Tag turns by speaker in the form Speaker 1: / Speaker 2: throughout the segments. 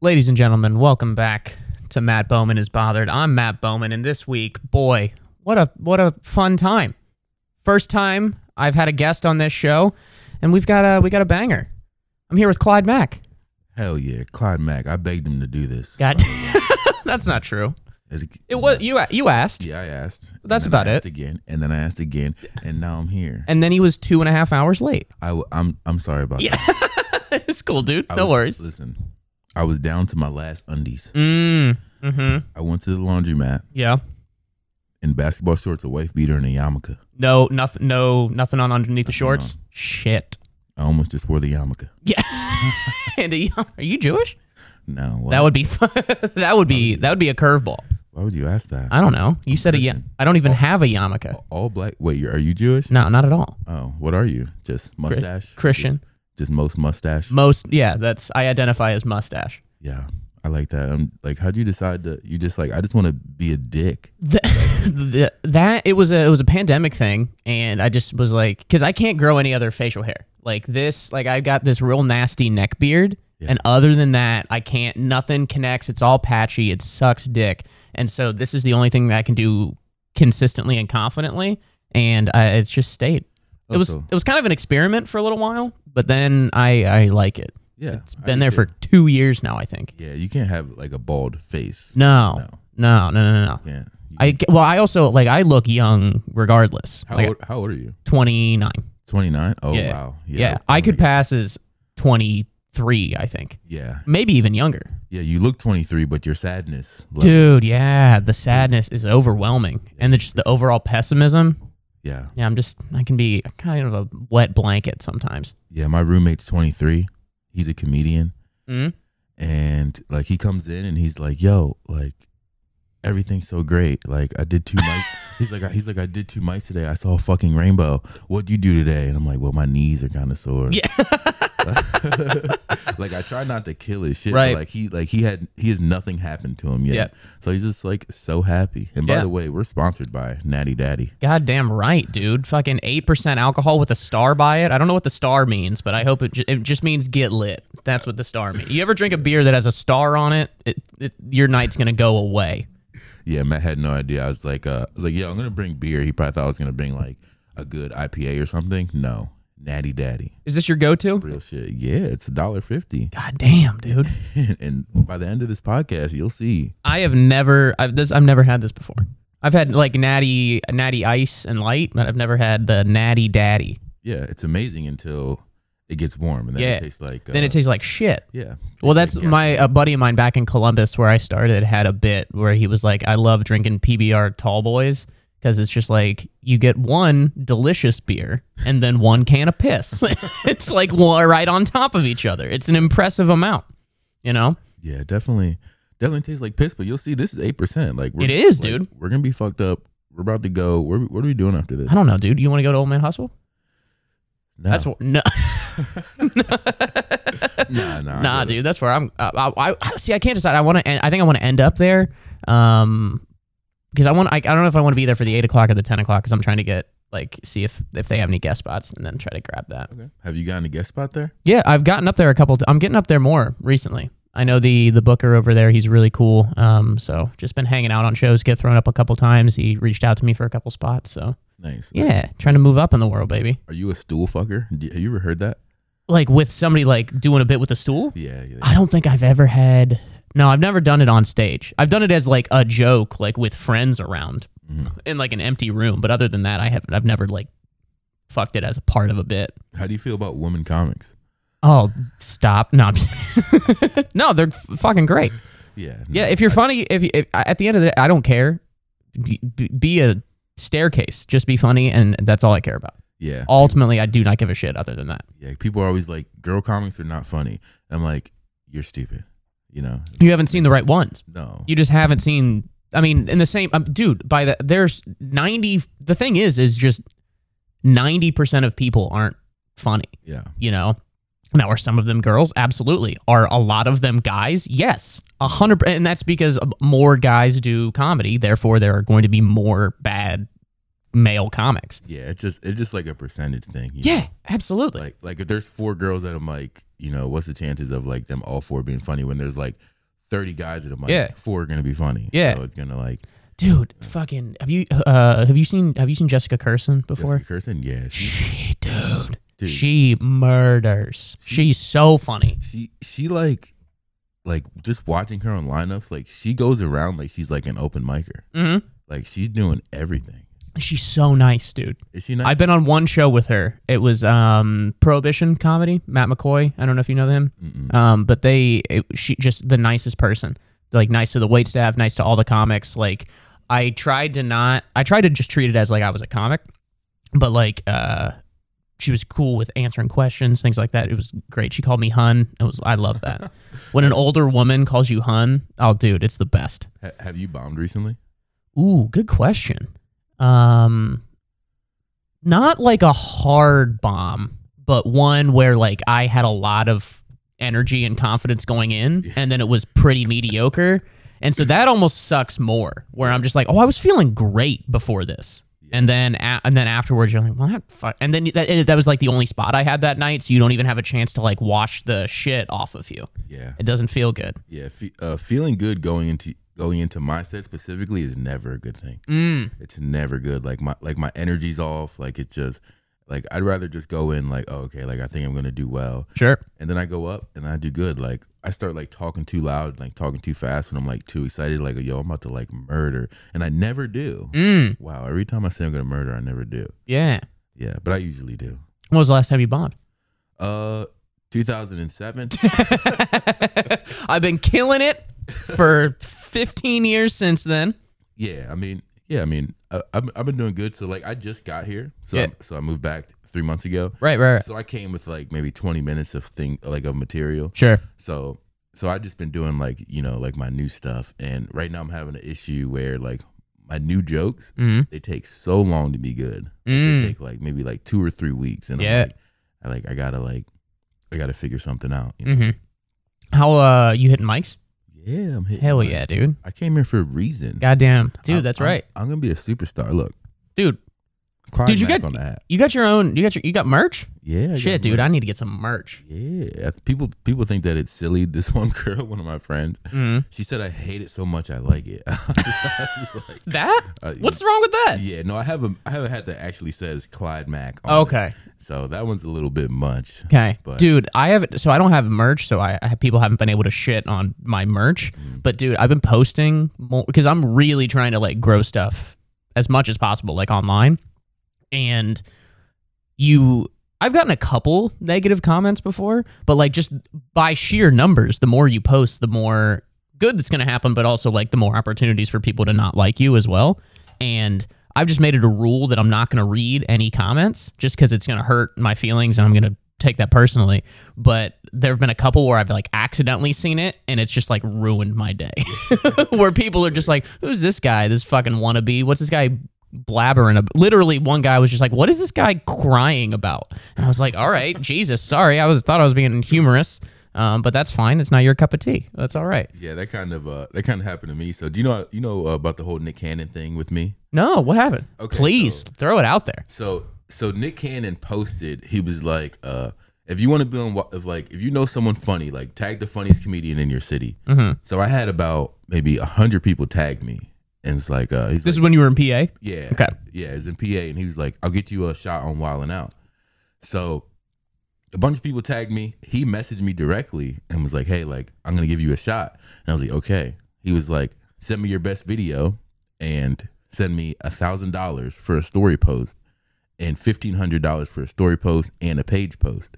Speaker 1: Ladies and gentlemen, welcome back to Matt Bowman is Bothered. I'm Matt Bowman, and this week, boy, what a what a fun time. First time I've had a guest on this show, and we've got a we got a banger. I'm here with Clyde Mack.
Speaker 2: Hell yeah, Clyde Mack. I begged him to do this.
Speaker 1: Got that's not true. It was you a- you asked,
Speaker 2: Yeah, I asked. and
Speaker 1: That's
Speaker 2: then I
Speaker 1: about it.
Speaker 2: asked Again, and then I asked again, and now I'm here.
Speaker 1: and then he was two and a half hours late.
Speaker 2: I, w- I'm I'm sorry about
Speaker 1: Yeah.
Speaker 2: that.
Speaker 1: it's cool, dude.
Speaker 2: I
Speaker 1: No
Speaker 2: was-
Speaker 1: worries.
Speaker 2: Listen, I was down to my last undies.
Speaker 1: Mm. Hmm.
Speaker 2: I went to the laundromat
Speaker 1: Yeah.
Speaker 2: in basketball shorts, a wife beater, and a yarmulke.
Speaker 1: No. Nothing. No. Nothing on underneath the shorts. Shit.
Speaker 2: I almost just wore the yarmulke.
Speaker 1: Yeah. Andy, are you Jewish?
Speaker 2: No, why,
Speaker 1: That would be fun. that would be that would be a curveball.
Speaker 2: why would you ask that?
Speaker 1: I don't know. You said a ya-
Speaker 2: Christian.
Speaker 1: I don't even have a yarmulke.
Speaker 2: All black. Wait, you're, are you Jewish?
Speaker 1: No, not at all.
Speaker 2: Oh, what are you? Just mustache. Just-
Speaker 1: Christian.
Speaker 2: Just, most mustache.
Speaker 1: Most yeah, that's I identify as mustache.
Speaker 2: yeah, I like that. I'm like, how'd you decide to? You just like, I just want to be a dick.
Speaker 1: Th- th- that it was a it was a pandemic thing and I just was like cuz I can't grow any other facial hair. Like this like I've got this real nasty neck beard
Speaker 2: Yeah.
Speaker 1: and other than that I can't nothing connects. It's all patchy. It sucks dick. And so this is the only thing that I can do consistently and confidently and I, it's just stayed. It was
Speaker 2: Also-
Speaker 1: it was kind of an experiment for a little while, but then I I like it.
Speaker 2: Yeah,
Speaker 1: It's
Speaker 2: I
Speaker 1: been
Speaker 2: do
Speaker 1: there
Speaker 2: too.
Speaker 1: for two years now, I think.
Speaker 2: Yeah, you can't have like a bald face.
Speaker 1: No, no,
Speaker 2: no,
Speaker 1: no, no, no. no.
Speaker 2: you can't. You
Speaker 1: I well, I also like I look young regardless.
Speaker 2: how
Speaker 1: like
Speaker 2: old, how old are you?
Speaker 1: twenty nine.
Speaker 2: Twenty nine. Oh
Speaker 1: Yeah.
Speaker 2: wow.
Speaker 1: Yeah,
Speaker 2: that-
Speaker 1: I
Speaker 2: that
Speaker 1: could
Speaker 2: makes-
Speaker 1: pass as twenty three. I think
Speaker 2: Yeah,
Speaker 1: maybe even younger.
Speaker 2: yeah. You look twenty three, but your sadness. level-
Speaker 1: Dude, yeah, the sadness is overwhelming, and the, just the overall pessimism.
Speaker 2: Yeah,
Speaker 1: Yeah, I'm just I can be kind of a wet blanket sometimes.
Speaker 2: yeah. My roommate's twenty three. He's a comedian,
Speaker 1: Mm?
Speaker 2: and like he comes in and he's like, "Yo, like everything's so great. Like I did two mics." he's like, I- "He's like I did two mics today. I saw a fucking rainbow. What'd you do today?" And I'm like, "Well, my knees are kind of sore."
Speaker 1: Yeah,
Speaker 2: like I try not to kill his shit.
Speaker 1: Right.
Speaker 2: But like he like he had he has nothing happened to him yet.
Speaker 1: Yeah.
Speaker 2: So he's just like so happy. And by
Speaker 1: Yeah.
Speaker 2: the way, we're sponsored by Natty Daddy.
Speaker 1: goddamn right, dude. Fucking eight percent alcohol with a star by it. I don't know what the star means, but I hope it, ju- it just means get lit. That's what the star means. You ever drink a beer that has a star on it? it, it your night's gonna go away.
Speaker 2: Yeah, Matt had no idea. I was like, uh, I was like, yo, I'm gonna bring beer. He probably thought I was gonna bring like a good IPA or something. No, Natty Daddy,
Speaker 1: Is this your go-to?
Speaker 2: real shit. Yeah, it's a dollar fifty.
Speaker 1: God damn, dude.
Speaker 2: and by the end of this podcast, you'll see.
Speaker 1: I have never. I've this. I've never had this before. I've had like natty, natty ice and light, but I've never had the natty daddy.
Speaker 2: Yeah, it's amazing until it gets warm, and then
Speaker 1: Yeah.
Speaker 2: it tastes like. Uh,
Speaker 1: Then it tastes like shit.
Speaker 2: yeah.
Speaker 1: Well,
Speaker 2: tastes
Speaker 1: that's
Speaker 2: like
Speaker 1: my a buddy of mine back in Columbus where I started had a bit where he was like, "I love drinking PBR Tall Boys because it's just like you get one delicious beer and then one can of piss. it's like one right on top of each other. It's an impressive amount, you know."
Speaker 2: Yeah, definitely. Definitely tastes like piss, but you'll see this is 8%. Like
Speaker 1: It is,
Speaker 2: like,
Speaker 1: dude.
Speaker 2: We're going to be fucked up. We're about to go. Where, what are we doing after this?
Speaker 1: I don't know, dude. You want to go to Old Man Hustle?
Speaker 2: Nah,
Speaker 1: That's wh- no.
Speaker 2: nah, nah, I
Speaker 1: nah,
Speaker 2: get it.
Speaker 1: dude, that's where I'm. I, I, I see. I can't decide. I want to. I think I want to end up there. Um, because I want. I, I don't know if I want to be there for the eight o'clock or the ten o'clock because I'm trying to get like see if if they have any guest spots and then try to grab that.
Speaker 2: Okay. Have you gotten a guest spot there?
Speaker 1: Yeah, I've gotten up there a couple. T- I'm getting up there more recently. I know the the booker over there. He's really cool. Um, so just been hanging out on shows. Get thrown up a couple times. He reached out to me for a couple spots. So
Speaker 2: Nice.
Speaker 1: yeah, trying to move up in the world, baby.
Speaker 2: Are you a stool fucker? Do, have you ever heard that?
Speaker 1: Like with somebody like doing a bit with a stool.
Speaker 2: Yeah. yeah.
Speaker 1: I don't think I've ever had. No, I've never done it on stage. I've done it as like a joke, like with friends around,
Speaker 2: Mhm.
Speaker 1: in like an empty room. But other than that, I haven't. I've never like fucked it as a part of a bit.
Speaker 2: How do you feel about women comics?
Speaker 1: Oh, stop! No, I'm s- no, they're f- fucking great.
Speaker 2: Yeah. no.
Speaker 1: Yeah, if you're funny, if, you- if at the end of the, I don't care. Be, be- be a staircase. Just be funny, and that's all I care about.
Speaker 2: Yeah.
Speaker 1: Ultimately, I do not give a shit other than that.
Speaker 2: Yeah. People are always like, girl comics are not funny. I'm like, you're stupid. You know?
Speaker 1: You haven't seen the right ones.
Speaker 2: No.
Speaker 1: you just haven't seen i mean in the same um, dude by the there's 90 the thing is is just 90% of people aren't funny
Speaker 2: yeah.
Speaker 1: you know now are some of them girls absolutely are a lot of them guys yes a hundred per- and that's because more guys do comedy therefore there are going to be more bad male comics
Speaker 2: Yeah. It's just, it's just like a percentage thing. you know?
Speaker 1: yeah absolutely
Speaker 2: Like, like if there's four girls that I'm like, you know, what's the chances of like them all four being funny when there's like 30 guys at a mic?
Speaker 1: Yeah.
Speaker 2: Four are going to be funny.
Speaker 1: Yeah.
Speaker 2: So it's going to like,
Speaker 1: dude. Fucking have you uh have you seen have you seen Jessica Curson before?
Speaker 2: Jessica Kirsten, yeah. She,
Speaker 1: She dude,
Speaker 2: Dude.
Speaker 1: she murders. She's so funny.
Speaker 2: she, she like, like just watching her on lineups, like she goes around like she's like an open micer.
Speaker 1: hmm
Speaker 2: Like she's doing everything.
Speaker 1: She's so nice, dude.
Speaker 2: Is she nice?
Speaker 1: I've been on one show with her. It was um Prohibition comedy. Matt McCoy. I don't know if you know him.
Speaker 2: Mm-mm.
Speaker 1: Um, but they, it, she just the nicest person. Like nice to the wait staff, nice to all the comics. Like I tried to not, I tried to just treat it as like I was a comic, but like uh, she was cool with answering questions, things like that. It was great. She called me hun. It was I love that. when an older woman calls you hun, oh dude, it's the best.
Speaker 2: Ha- have you bombed recently?
Speaker 1: Ooh, good question. Um, not like a hard bomb, but one where like I had a lot of energy and confidence going in, and then it was pretty mediocre. And so that almost sucks more. Where I'm just like, oh, I was feeling great before this, and then a- and then afterwards you're like, well, that fuck. And then that that was like the only spot I had that night, so you don't even have a chance to like wash the shit off of you.
Speaker 2: Yeah.
Speaker 1: It doesn't feel good.
Speaker 2: Yeah. Fe- uh, feeling good going into, going into my set specifically is never a good thing.
Speaker 1: Mm.
Speaker 2: it's never good. Like my like my energy's off. Like it's just like I'd rather just go in like oh, okay, like I think I'm gonna do well,
Speaker 1: Sure.
Speaker 2: and then I go up and I do good. Like I start like talking too loud, like talking too fast when I'm like too excited. Like yo, I'm about to like murder, and I never do.
Speaker 1: Mm.
Speaker 2: Wow, every time I say I'm gonna murder, I never do.
Speaker 1: Yeah.
Speaker 2: Yeah, but I usually do.
Speaker 1: When was the last time you bombed?
Speaker 2: Uh, 2007.
Speaker 1: I've been killing it for 15 years since then.
Speaker 2: yeah, I mean, yeah, I mean, I, I've, I've been doing good. So like I just got here, so
Speaker 1: Yeah.
Speaker 2: so I moved back three months ago.
Speaker 1: Right, right,
Speaker 2: So I came with like maybe 20 minutes of thing like of material.
Speaker 1: Sure.
Speaker 2: So so I just been doing like you know like my new stuff, and right now I'm having an issue where like my new jokes
Speaker 1: Mm.
Speaker 2: they take so long to be good. They
Speaker 1: Mm.
Speaker 2: take like maybe like two or three weeks, and
Speaker 1: Yeah.
Speaker 2: I'm like, I like I gotta like I gotta figure something out. you know?
Speaker 1: hmm How uh you hitting mics?
Speaker 2: Yeah, I'm hitting
Speaker 1: Mm. Hell
Speaker 2: mine.
Speaker 1: yeah, dude.
Speaker 2: I came here for a reason,
Speaker 1: Goddamn.
Speaker 2: I'm-
Speaker 1: Dude, that's
Speaker 2: I'm-
Speaker 1: right.
Speaker 2: I'm gonna be a superstar. Look,
Speaker 1: Dude,
Speaker 2: Clyde
Speaker 1: Dude, you
Speaker 2: Mack
Speaker 1: got-
Speaker 2: on the app.
Speaker 1: you got your own you got your you got merch?
Speaker 2: Yeah, I got
Speaker 1: Shit, dude,
Speaker 2: merch.
Speaker 1: I need to get some merch.
Speaker 2: yeah, people people think that it's silly. This one girl, one of my friends,
Speaker 1: Mm.
Speaker 2: she said I hate it so much I like it. I was just like,
Speaker 1: That?
Speaker 2: uh,
Speaker 1: What's wrong with that?
Speaker 2: Yeah, no, I haven't. I haven't had that actually says Clyde Mack. On it.
Speaker 1: Okay.
Speaker 2: so that one's a little bit much.
Speaker 1: Okay.
Speaker 2: But-
Speaker 1: Dude, I haven't so I don't have merch, so I, I have people haven't been able to shit on my merch. But dude, I've been posting more because I'm really trying to like grow stuff as much as possible, like online. And you I've gotten a couple negative comments before, but like just by sheer numbers, the more you post, the more good that's going to happen, but also like the more opportunities for people to not like you as well. And I've just made it a rule that I'm not going to read any comments just because it's going to hurt my feelings and I'm going to take that personally. But there have been a couple where I've like accidentally seen it and it's just like ruined my day where people are just like, who's this guy? This fucking wannabe. What's this guy? blabbering ab- literally one guy was just like what is this guy crying about and i was like all right jesus sorry i was thought i was being humorous um, but that's fine it's not your cup of tea that's all right
Speaker 2: Yeah, that kind of uh, that kind of happened to me. So do you know you know uh, about the whole Nick Cannon thing with me?
Speaker 1: No, what happened?
Speaker 2: Okay,
Speaker 1: Please throw it out there.
Speaker 2: So so Nick Cannon posted. He was like, uh, if you want to be on, wa- if like if you know someone funny, like tag the funniest comedian in your city.
Speaker 1: Mhm.
Speaker 2: So I had about maybe a hundred people tag me, and it's like uh, he's
Speaker 1: This
Speaker 2: like,
Speaker 1: is when you were in PA.
Speaker 2: Yeah.
Speaker 1: Okay.
Speaker 2: Yeah, it's in PA, and he was like, "I'll get you a shot on Wildin' Out." So, a bunch of people tagged me. He messaged me directly and was like, "Hey, like, I'm gonna give you a shot." And I was like, "Okay." He was like, "Send me your best video and send me a thousand dollars for a story post and fifteen hundred dollars for a story post and a page post."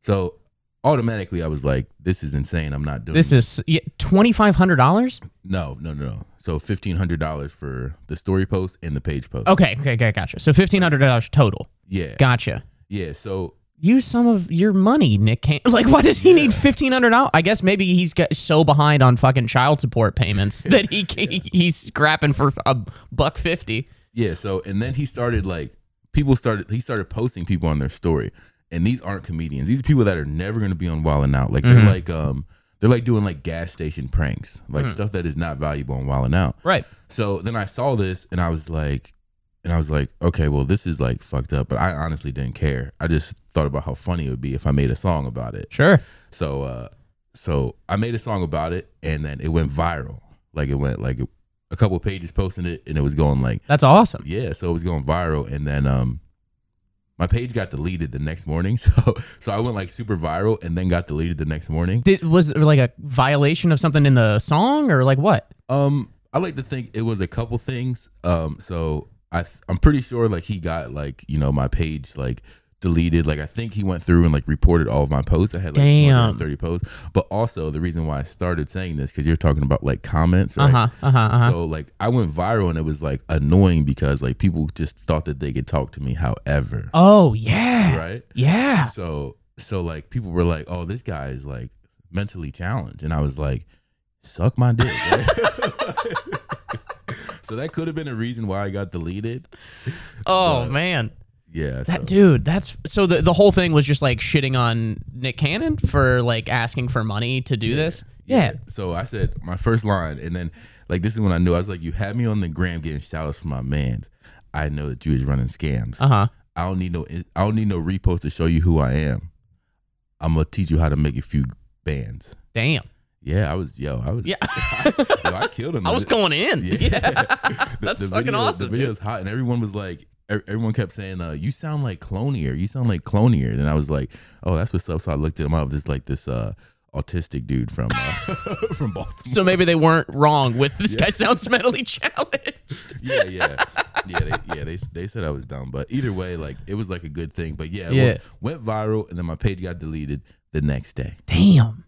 Speaker 2: So. Automatically, I was like, "This is insane. I'm not doing
Speaker 1: This is twenty five hundred dollars.
Speaker 2: no, no, no, no." So fifteen hundred dollars for the story post and the page post.
Speaker 1: Okay, okay, okay, gotcha. So fifteen hundred dollars total.
Speaker 2: yeah,
Speaker 1: Gotcha.
Speaker 2: yeah. So
Speaker 1: Use some of your money, Nick. Can- like, why does he need fifteen hundred dollars? I guess maybe he's got so behind on fucking child support payments that he can- he's scrapping for a buck fifty.
Speaker 2: Yeah, so and then he started like people started he started posting people on their story. And these aren't comedians. These are people that are never gonna be on Wild and Out. Like
Speaker 1: Mhm.
Speaker 2: they're like um they're like doing like gas station pranks, like stuff that is not valuable on Wild and Out.
Speaker 1: Right.
Speaker 2: So then I saw this and I was like, And I was like, okay, well, this is like fucked up, but I honestly didn't care. I just thought about how funny it would be if I made a song about it.
Speaker 1: Sure.
Speaker 2: So uh so I made a song about it and then it went viral. Like it went like a couple pages posting it and it was going like
Speaker 1: That's awesome.
Speaker 2: yeah, so it was going viral and then um my page got deleted the next morning. So so I went like super viral and then got deleted the next morning.
Speaker 1: Did, was there like a violation of something in the song or like what?
Speaker 2: Um I like to think it was a couple things. Um so I th- I'm pretty sure like he got like, you know, my page like deleted like i think he went through and like reported all of my posts i had like
Speaker 1: Damn.
Speaker 2: 230 posts but also the reason why i started saying this because you're talking about like comments right
Speaker 1: Uh huh. Uh huh. Uh-huh.
Speaker 2: So like I went viral and it was like annoying because like people just thought that they could talk to me however.
Speaker 1: oh yeah.
Speaker 2: Right?
Speaker 1: Yeah.
Speaker 2: So so like people were like, "Oh, this guy is like mentally challenged." And I was like, "Suck my dick." right? so that could have been a reason why I got deleted.
Speaker 1: Oh
Speaker 2: But-
Speaker 1: man.
Speaker 2: Yeah.
Speaker 1: That
Speaker 2: so-
Speaker 1: dude, that's so the the whole thing was just like shitting on Nick Cannon for like asking for money to do this. Yeah.
Speaker 2: So I said my first line, and then like this is when I knew I was like, "You had me on the gram getting shout outs from my mans. I know that you is running scams.
Speaker 1: Uh huh.
Speaker 2: I don't need no I don't need no repost to show you who I am. I'm gonna teach you how to make a few bands.
Speaker 1: Damn.
Speaker 2: Yeah, I was yo, I was
Speaker 1: Yeah.
Speaker 2: yo, I killed him.
Speaker 1: I was going in. Yeah.
Speaker 2: The-
Speaker 1: That's
Speaker 2: the
Speaker 1: fucking
Speaker 2: video,
Speaker 1: awesome.
Speaker 2: The video's hot, and everyone was like, ev- everyone kept saying, uh, "You sound like Clonier. You sound like Clonier." And I was like, "Oh, that's what's up." So I looked him up. This like this uh, autistic dude from uh, from Baltimore.
Speaker 1: dude. So maybe they weren't wrong with this
Speaker 2: Yeah.
Speaker 1: guy sounds mentally challenged.
Speaker 2: yeah, yeah, yeah, they, yeah. They they said I was dumb, but either way, like it was like a good thing. But yeah, it
Speaker 1: Yeah.
Speaker 2: Went, went viral, and then my page got deleted the next day.
Speaker 1: Damn.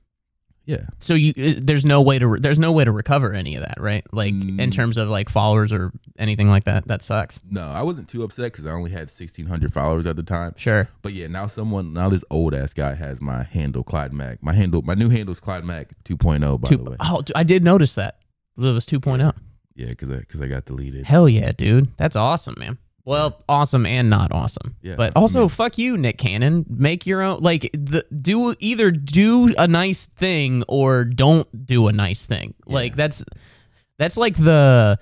Speaker 2: Yeah.
Speaker 1: So you uh, there's no way to re- there's no way to recover any of that, right? Like in
Speaker 2: Mm.
Speaker 1: terms of like followers or anything like that. That sucks.
Speaker 2: No, I wasn't too upset because I only had 1,600 followers at the time.
Speaker 1: Sure.
Speaker 2: But yeah, now someone, now this old ass guy has my handle, Clyde Mack. My handle, my new handle is Clyde Mack 2.0, by the
Speaker 1: Two,
Speaker 2: way.
Speaker 1: oh, dude, I did notice that. It was oh. 2.0.
Speaker 2: Yeah, because I, cause I got deleted.
Speaker 1: Hell yeah, dude. That's awesome, man. Well, awesome and not awesome.
Speaker 2: Yeah,
Speaker 1: but
Speaker 2: I
Speaker 1: also,
Speaker 2: mean-
Speaker 1: fuck you, Nick Cannon. Make your own. Like, the, do either do a nice thing or don't do a nice thing. Like
Speaker 2: Yeah.
Speaker 1: that's that's like the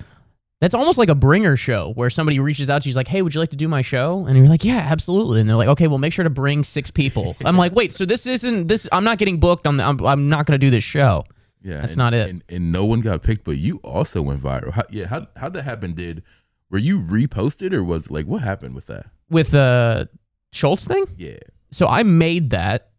Speaker 1: that's almost like a bringer show where somebody reaches out to you, is like, "Hey, would you like to do my show?" And you're like, "Yeah, absolutely." And they're like, "Okay, well, make sure to bring six people." I'm like, "Wait, so this isn't this? I'm not getting booked. I'm I'm, I'm not going to do this show."
Speaker 2: Yeah,
Speaker 1: That's
Speaker 2: and-
Speaker 1: not it.
Speaker 2: And, and no one got picked, but you also went viral. How, yeah, how how that happen? Did were you reposted or was like what happened with that?
Speaker 1: With the Schultz thing.
Speaker 2: Yeah,
Speaker 1: so I made that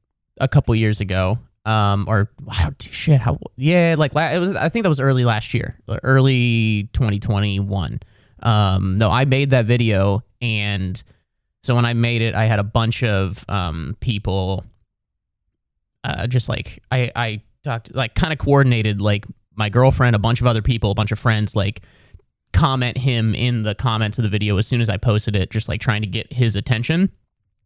Speaker 1: a couple years ago. Um, or wow, dude, shit, how? Yeah, like la- it was. I think that was early last year, or early 2021. Um, no, I made that video, and so when I made it, I had a bunch of um people. Uh, just like I, I talked, like kind of coordinated, like my girlfriend, a bunch of other people, a bunch of friends, like comment him in the comments of the video as soon as I posted it, just like trying to get his attention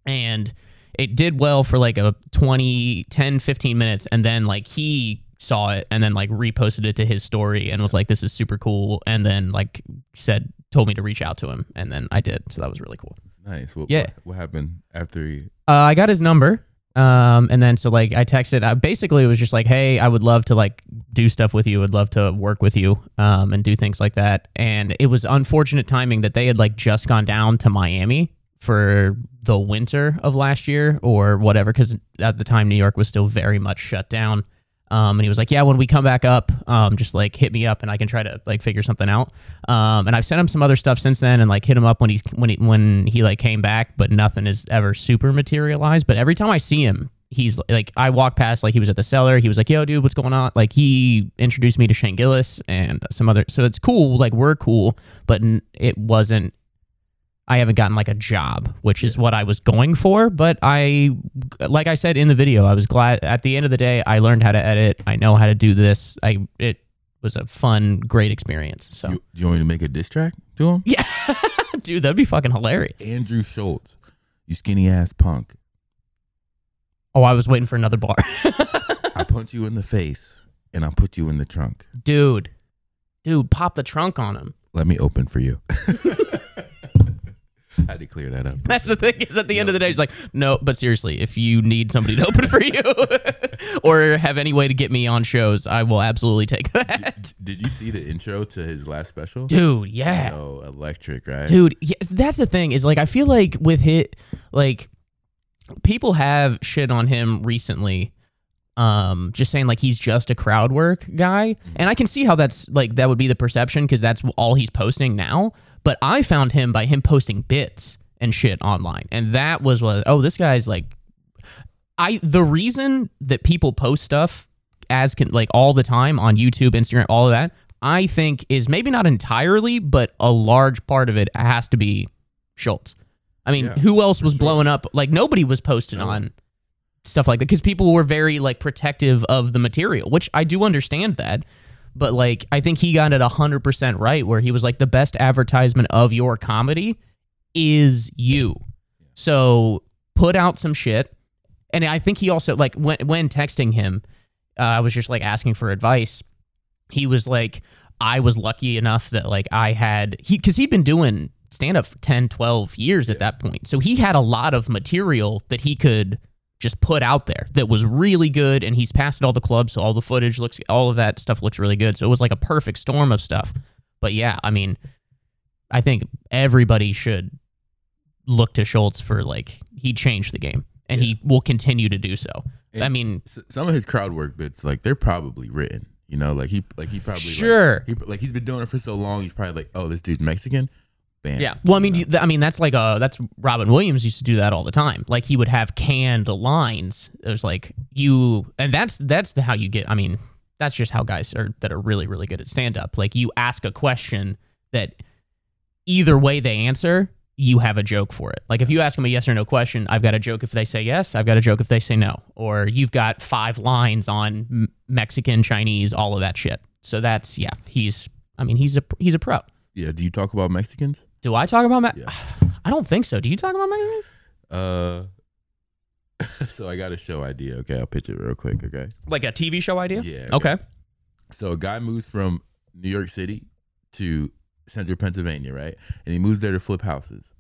Speaker 1: and it did well for like a 20 10 15 minutes and then like he saw it and then like reposted it to his story and was like this is super cool and then like said told me to reach out to him and then i did so that was really cool
Speaker 2: nice. What,
Speaker 1: Yeah.
Speaker 2: what, what happened after? You,
Speaker 1: uh, i got his number um, and then so like i texted i basically was just like hey i would love to like do stuff with you would love to work with you um, and do things like that and it was unfortunate timing that they had like just gone down to miami for the winter of last year or whatever because at the time new york was still very much shut down um, and he was like yeah when we come back up um, just like hit me up and i can try to like figure something out um, and i've sent him some other stuff since then and like hit him up when he's when he when he like came back but nothing is ever super materialized but every time i see him he's like i walked past like he was at the cellar he was like yo dude what's going on like he introduced me to shane gillis and some other so it's cool like we're cool but n- it wasn't I haven't gotten like a job, which is what I was going for. But I, like I said in the video, I was glad at the end of the day, I learned how to edit. I know how to do this. I, it was a fun, great experience. So,
Speaker 2: you, do you want me to make a diss track to him?
Speaker 1: yeah, dude, that'd be fucking hilarious.
Speaker 2: Andrew Schultz, you skinny ass punk.
Speaker 1: Oh, I was waiting for another bar.
Speaker 2: I punch you in the face and I put you in the trunk.
Speaker 1: dude, dude, pop the trunk on him.
Speaker 2: Let me open for you. I had to clear that up.
Speaker 1: That's the thing is at the end of the day, it's like, no, but seriously, if you need somebody to open for you or have any way to get me on shows, I will absolutely take that.
Speaker 2: Did you see the intro to his last special?
Speaker 1: Dude, yeah.
Speaker 2: Yo, electric, right?
Speaker 1: Dude, yeah, that's the thing is like, I feel like with hit, like, people have shit on him recently. Um, just saying like he's just a crowd work guy, and I can see how that's like that would be the perception because that's all he's posting now. But I found him by him posting bits and shit online, and that was what oh this guy's like. I the reason that people post stuff as can like all the time on YouTube, Instagram, all of that, I think is maybe not entirely, but a large part of it has to be Schultz. I mean,
Speaker 2: Yeah,
Speaker 1: who else was
Speaker 2: sure.
Speaker 1: blowing up? Like nobody was posting
Speaker 2: No.
Speaker 1: on stuff like that because people were very like protective of the material, which I do understand that. But like, I think he got it hundred percent right, where he was like, the best advertisement of your comedy is you. So put out some shit, and I think he also like when when texting him, uh, I was just like asking for advice. He was like, I was lucky enough that like I had he because he'd been doing stand up for 10, 12 years at that point. So he had a lot of material that he could just put out there that was really good and he's passed all the clubs so all the footage looks all of that stuff looks really good. So it was like a perfect storm of stuff. But yeah, I mean I think everybody should look to Schultz for like he changed the game and
Speaker 2: Yeah.
Speaker 1: he will continue to do so.
Speaker 2: And-
Speaker 1: I mean,
Speaker 2: S- Some of his crowd work bits, like they're probably written. You know, like he, like he probably, like,
Speaker 1: sure.
Speaker 2: he, like he's been doing it for so long. He's probably like, oh, this dude's Mexican. Bam.
Speaker 1: Yeah. Well, I mean,
Speaker 2: You
Speaker 1: you- th- I mean that's like uh that's Robin Williams used to do that all the time. Like he would have canned lines. It was like you, and that's that's the, how you get. I mean, that's just how guys are that are really really good at stand up. Like you ask a question that either way they answer, you have a joke for it. Like if you ask them a yes or no question, I've got a joke if they say yes, I've got a joke if they say no, or you've got five lines on M- Mexican, Chinese, all of that shit. So that's yeah, he's. I mean, he's a he's a pro.
Speaker 2: yeah. Do you talk about Mexicans?
Speaker 1: Do I talk about Matt?
Speaker 2: Yeah.
Speaker 1: I don't think so. Do you talk about Mexicans?
Speaker 2: Uh, so I got a show idea. Okay, I'll pitch it real quick. Okay.
Speaker 1: Like a TV show idea?
Speaker 2: Yeah.
Speaker 1: Okay.
Speaker 2: So a guy moves from New York City to Central Pennsylvania, right? And he moves there to flip houses.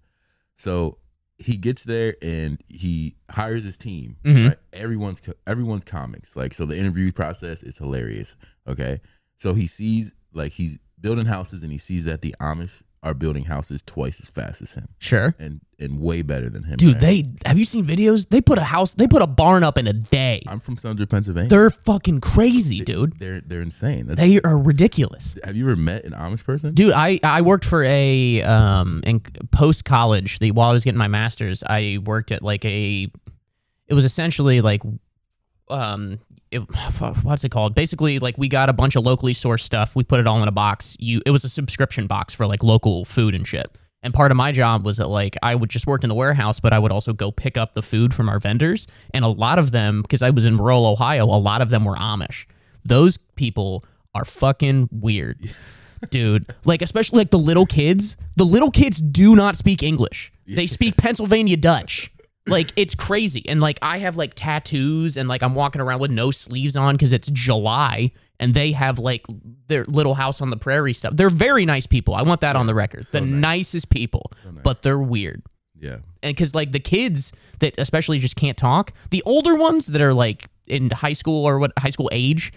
Speaker 2: So he gets there and he hires his team.
Speaker 1: Mhm.
Speaker 2: Right? Everyone's co- everyone's comics. Like so, the interview process is hilarious. Okay, so he sees like he's building houses and he sees that the Amish are building houses twice as fast as him
Speaker 1: Sure.
Speaker 2: and and way better than him.
Speaker 1: Dude,
Speaker 2: right?
Speaker 1: they have you seen videos? They put a house, they put a barn up in a day.
Speaker 2: I'm from Central Pennsylvania.
Speaker 1: They're fucking crazy, dude.
Speaker 2: They're they're insane. That's,
Speaker 1: They are ridiculous.
Speaker 2: have you ever met an Amish person?
Speaker 1: Dude, I, I worked for a um in post college, the while I was getting my masters, I worked at like a it was essentially like um it, fuck, what's it called basically like we got a bunch of locally sourced stuff we put it all in a box you it was a subscription box for like local food and shit and part of my job was that like i would just work in the warehouse but i would also go pick up the food from our vendors and a lot of them because i was in rural ohio a lot of them were amish those people are fucking weird dude like especially like the little kids the little kids do not speak english they speak pennsylvania dutch like it's crazy and like i have like tattoos and like i'm walking around with no sleeves on because it's july and they have like their little house on the prairie stuff they're very nice people i want that on the record
Speaker 2: so
Speaker 1: the
Speaker 2: nice.
Speaker 1: nicest people
Speaker 2: nice.
Speaker 1: but they're weird
Speaker 2: Yeah.
Speaker 1: and because like the kids that especially just can't talk the older ones that are like in high school or what high school age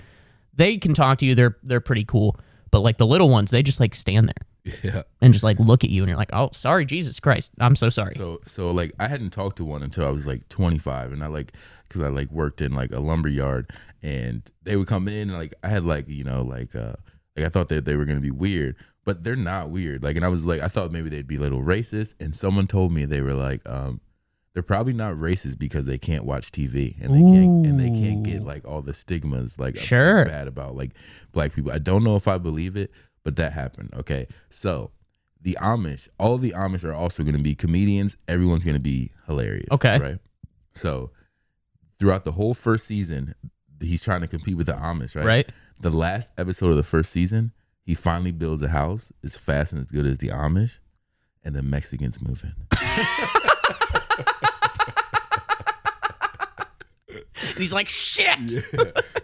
Speaker 1: they can talk to you they're they're pretty cool but like the little ones they just like stand there
Speaker 2: Yeah.
Speaker 1: and just like look at you and you're like oh sorry jesus christ i'm so sorry
Speaker 2: So so like I hadn't talked to one until I was like 25, and I like because I like worked in like a lumber yard, and they would come in and like I had like you know like uh like I thought that they were gonna be weird, but they're not weird. Like and I was like I thought maybe they'd be a little racist, and someone told me they were like um they're probably not racist because they can't watch TV and they can't and they can't get
Speaker 1: Ooh.
Speaker 2: like all the stigmas like
Speaker 1: Sure.
Speaker 2: bad about like black people. I don't know if I believe it, but that happened. Okay, so the Amish, all the Amish are also going to be comedians. Everyone's going to be hilarious.
Speaker 1: Okay.
Speaker 2: Right. So throughout the whole first season, he's trying to compete with the Amish, right?
Speaker 1: right,
Speaker 2: The last episode of the first season, he finally builds a house as fast and as good as the Amish, and the Mexicans move in.
Speaker 1: and he's like shit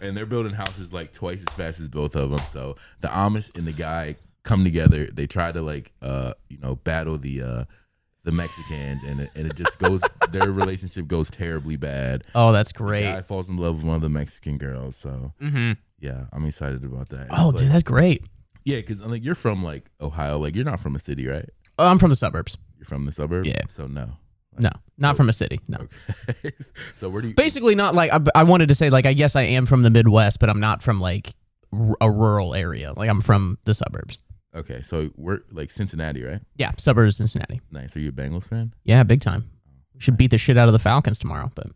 Speaker 2: and they're building houses like twice as fast as both of them. So the Amish and the guy come together. They try to like uh you know battle the uh the Mexicans, and it, and it just goes. their relationship goes terribly bad.
Speaker 1: Oh, that's
Speaker 2: The guy
Speaker 1: great.
Speaker 2: falls in love with one of the Mexican girls. So
Speaker 1: hmm
Speaker 2: yeah, I'm excited about that. And
Speaker 1: Oh,
Speaker 2: it's
Speaker 1: dude,
Speaker 2: like,
Speaker 1: that's great.
Speaker 2: yeah, because like you're from like Ohio, like you're not from a city, right?
Speaker 1: Oh, I'm from the suburbs.
Speaker 2: You're from the suburbs.
Speaker 1: Yeah.
Speaker 2: So no.
Speaker 1: No, not from a city. No.
Speaker 2: Okay. so where do you?
Speaker 1: Basically, not like I, I wanted to say. Like, I guess I am from the Midwest, but I'm not from like r- a rural area. Like, I'm from the suburbs.
Speaker 2: Okay, so we're like Cincinnati, right?
Speaker 1: Yeah, suburbs, of Cincinnati.
Speaker 2: Nice. Are you a Bengals fan?
Speaker 1: Yeah, big time. We should beat the shit out of the Falcons tomorrow, but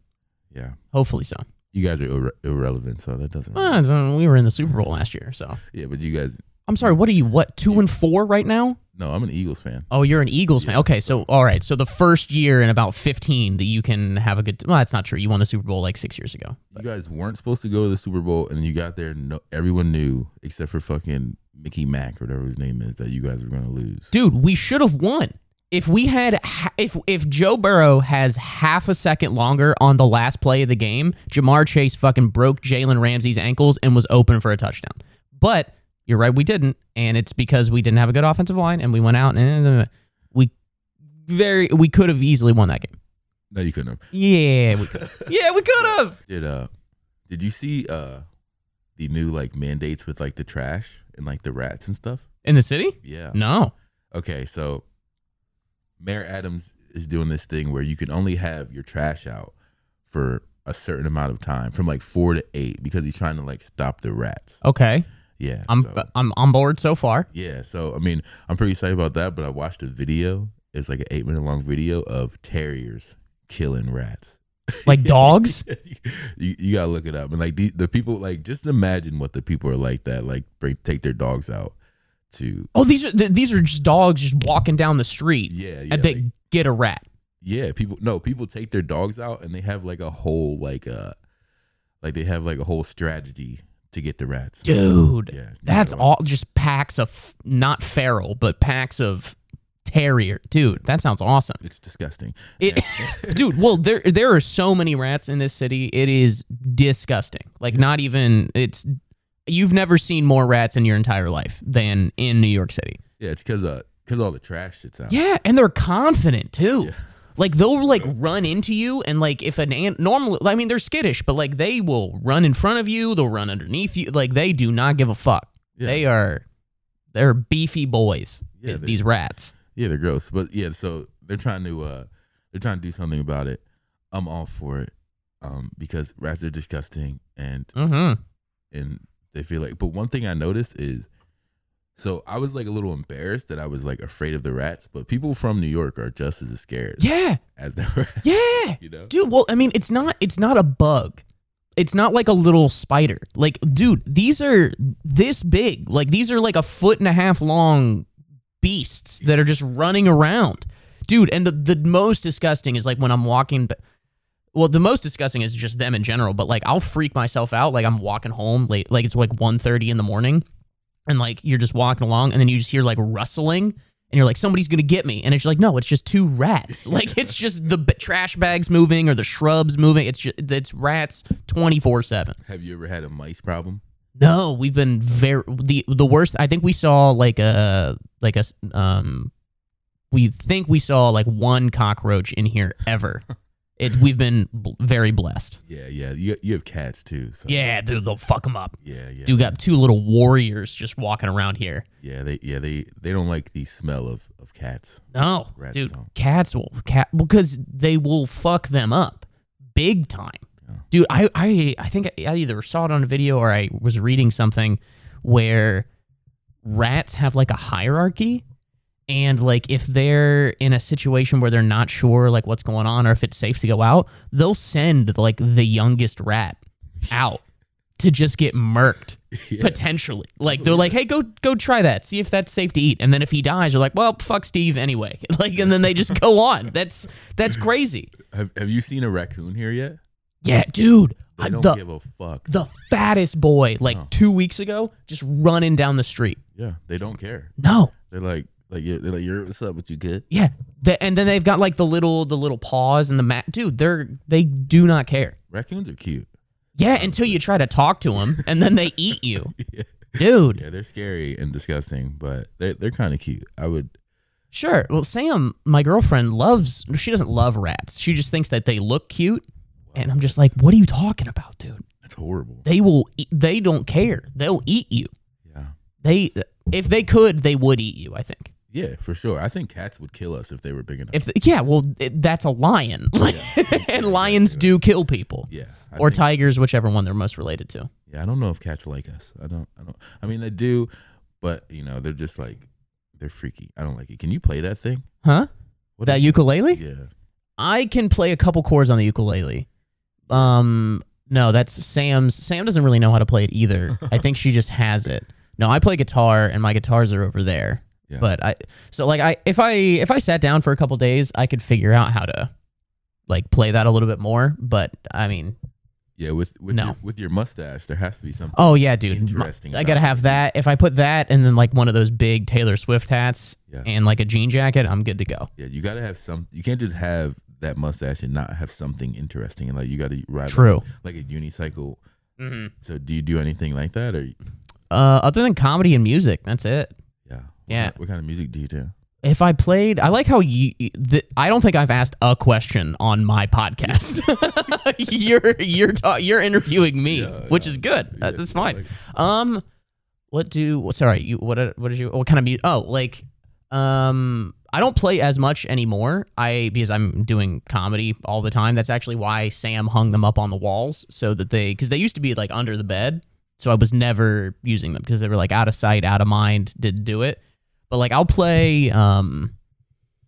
Speaker 2: Yeah.
Speaker 1: hopefully so.
Speaker 2: You guys are irre- irrelevant, so that doesn't.
Speaker 1: Ah, so we were in the Super Bowl last year, so
Speaker 2: Yeah, but you guys.
Speaker 1: I'm sorry. What are you? What two and four right now?
Speaker 2: No, I'm an Eagles fan.
Speaker 1: Oh, you're an Eagles fan. Okay, so all right, so the first year in about 15 that you can have a good. Well, that's not true. You won the Super Bowl like six years ago.
Speaker 2: You guys weren't supposed to go to the Super Bowl, and you got there. No, everyone knew except for fucking Mickey Mack, whatever his name is, that you guys were gonna lose.
Speaker 1: Dude, we should have won. If we had, ha- if if Joe Burrow has half a second longer on the last play of the game, Jamar Chase fucking broke Jalen Ramsey's ankles and was open for a touchdown. But you're right, we didn't, and it's because we didn't have a good offensive line, and we went out and we very we could have easily won that game.
Speaker 2: No, you couldn't. Have.
Speaker 1: Yeah, we could. have. yeah, we could have.
Speaker 2: Did uh, did you see uh, the new like mandates with like the trash and like the rats and stuff?
Speaker 1: In the city?
Speaker 2: Yeah.
Speaker 1: No.
Speaker 2: okay, so Mayor Adams is doing this thing where you can only have your trash out for a certain amount of time, from like four to eight, because he's trying to like stop the rats.
Speaker 1: Okay.
Speaker 2: Yeah,
Speaker 1: I'm
Speaker 2: so-
Speaker 1: I'm on board so far.
Speaker 2: yeah. So I mean, I'm pretty excited about that. But I watched a video. It's like an eight minute long video of terriers killing rats.
Speaker 1: Like dogs?
Speaker 2: you, you gotta look it up. And like the, the people, like just imagine what the people are like that like bring take their dogs out to.
Speaker 1: Oh, these are th- these are just dogs just walking down the street
Speaker 2: Yeah, yeah.
Speaker 1: and they
Speaker 2: like-
Speaker 1: get a rat.
Speaker 2: Yeah, people no, people take their dogs out and they have like a whole like uh like they have like a whole strategy to get the rats.
Speaker 1: Dude,
Speaker 2: Yeah, you
Speaker 1: that's
Speaker 2: gotta
Speaker 1: all just packs of not feral, but packs of terrier. Dude, that sounds awesome.
Speaker 2: It's disgusting.
Speaker 1: It, dude, well there there are so many rats in this city. It is disgusting. Like not even it's you've never seen more rats in your entire life than in New York City.
Speaker 2: Yeah, it's cause uh cause all the trash shits out.
Speaker 1: Yeah, and they're confident too.
Speaker 2: Yeah.
Speaker 1: Like they'll like run into you, and like if an ant normally, I mean they're skittish, but like they will run in front of you, they'll run underneath you. Like they do not give a fuck.
Speaker 2: Yeah.
Speaker 1: They are, they're beefy boys.
Speaker 2: Yeah, they-
Speaker 1: these rats.
Speaker 2: Yeah, they're gross. But yeah, so they're trying to uh they're trying to do something about it. I'm all for it. Um, because rats are disgusting and
Speaker 1: hmm
Speaker 2: and they feel like but one thing i noticed is so i was like a little embarrassed that i was like afraid of the rats but people from new york are just as scared
Speaker 1: Yeah,
Speaker 2: as the rats
Speaker 1: yeah,
Speaker 2: you know
Speaker 1: dude. Well, I mean it's not it's not a bug. It's not like a little spider. Like, dude, these are this big. Like, these are like a foot and a half long beasts that are just running around. Dude, and the, the most disgusting is like when I'm walking. b- Well, the most disgusting is just them in general, but like I'll freak myself out. Like I'm walking home late, like it's like 1.30 in the morning, and like you're just walking along, and then you just hear like rustling, and you're like, somebody's gonna get me. And it's like, no, it's just two rats. Like it's just the b- trash bags moving or the shrubs moving. It's just, it's rats 24 7.
Speaker 2: have you ever had a mice problem
Speaker 1: No, we've been very the the worst. I think we saw like a like a s- um, we think we saw like one cockroach in here ever. It's we've been bl- very blessed.
Speaker 2: yeah yeah you, you have cats too so
Speaker 1: Yeah, dude, they'll fuck them up.
Speaker 2: yeah yeah
Speaker 1: Dude, got two little warriors just walking around here.
Speaker 2: yeah they yeah they they don't like the smell of of cats
Speaker 1: No,
Speaker 2: Rats
Speaker 1: dude,
Speaker 2: don't.
Speaker 1: cats will cat because they will fuck them up big time.
Speaker 2: Yeah.
Speaker 1: Dude, I I I think I either saw it on a video or I was reading something where rats have like a hierarchy and like if they're in a situation where they're not sure like what's going on or if it's safe to go out, they'll send like the youngest rat out to just get murked
Speaker 2: yeah
Speaker 1: potentially. Like they're like, hey, go go try that, see if that's safe to eat. And then if he dies, they're like, well, fuck Steve anyway. Like, and then they just go on. That's that's crazy.
Speaker 2: have, have you seen a raccoon here yet
Speaker 1: Yeah, dude.
Speaker 2: they
Speaker 1: I-
Speaker 2: don't
Speaker 1: the
Speaker 2: give a fuck
Speaker 1: the fattest boy, like
Speaker 2: No.
Speaker 1: two weeks ago, just running down the street.
Speaker 2: yeah they don't care
Speaker 1: No,
Speaker 2: they're like like yeah, they're like you're what's up with you good
Speaker 1: yeah. The, and then they've got like the little the little paws and the mat. Dude, they're they do not care.
Speaker 2: raccoons are cute
Speaker 1: Yeah, until you try to talk to them, and then they eat you, dude.
Speaker 2: Yeah, they're scary and disgusting, but they're they're kind of cute. I would,
Speaker 1: Sure. Well, Sam, my girlfriend, loves. She doesn't love rats. She just thinks that they look cute. And I'm just like, what are you talking about, dude?
Speaker 2: That's horrible.
Speaker 1: They will. Eat, they don't care. They'll eat you.
Speaker 2: Yeah.
Speaker 1: They, if they could, they would eat you. I think.
Speaker 2: Yeah, for sure. I think cats would kill us if they were big enough.
Speaker 1: If yeah, well, it, that's a lion, and lions do kill people
Speaker 2: yeah. I
Speaker 1: or
Speaker 2: think-
Speaker 1: tigers, whichever one they're most related to.
Speaker 2: Yeah, I don't know if cats like us. I don't. I don't. I mean, they do, but you know, they're just like they're freaky. I don't like it. Can you play that thing?
Speaker 1: Huh?
Speaker 2: What
Speaker 1: That
Speaker 2: is
Speaker 1: ukulele?
Speaker 2: it? Yeah.
Speaker 1: I can play a couple chords on the ukulele. Um, no, that's Sam's. Sam doesn't really know how to play it either. I think she just has it. No, I play guitar, and my guitars are over there.
Speaker 2: Yeah.
Speaker 1: But I, so like I, if I if I sat down for a couple days, I could figure out how to, like, play that a little bit more. But I mean,
Speaker 2: Yeah, with with
Speaker 1: No.
Speaker 2: your, with your mustache, there has to be something.
Speaker 1: oh yeah, dude, my-
Speaker 2: Interesting
Speaker 1: I gotta
Speaker 2: about
Speaker 1: have that. If I put that and then like one of those big Taylor Swift hats
Speaker 2: Yeah.
Speaker 1: and like a jean jacket, I'm good to go.
Speaker 2: Yeah, you gotta have some. You can't just have that mustache and not have something interesting. And like you gotta ride like-
Speaker 1: True.
Speaker 2: like, a unicycle.
Speaker 1: hmm
Speaker 2: So do you do anything like that or?
Speaker 1: Uh, other than comedy and music, that's it.
Speaker 2: Yeah.
Speaker 1: Yeah.
Speaker 2: What, what kind of music do you do?
Speaker 1: If I played, I like how you. The, I don't think I've asked a question on my podcast. you're you're ta- you're interviewing me,
Speaker 2: Yeah,
Speaker 1: which
Speaker 2: yeah.
Speaker 1: is good.
Speaker 2: Yeah,
Speaker 1: Uh, That's
Speaker 2: I
Speaker 1: fine.
Speaker 2: like-
Speaker 1: um, what do? Sorry, you. What? are- What did you? What kind of music? Oh, like, um, I don't play as much anymore. I because I'm doing comedy all the time. That's actually why Sam hung them up on the walls so that they because they used to be like under the bed. So I was never using them because they were like out of sight, out of mind. Didn't do it. But like I'll play. Um,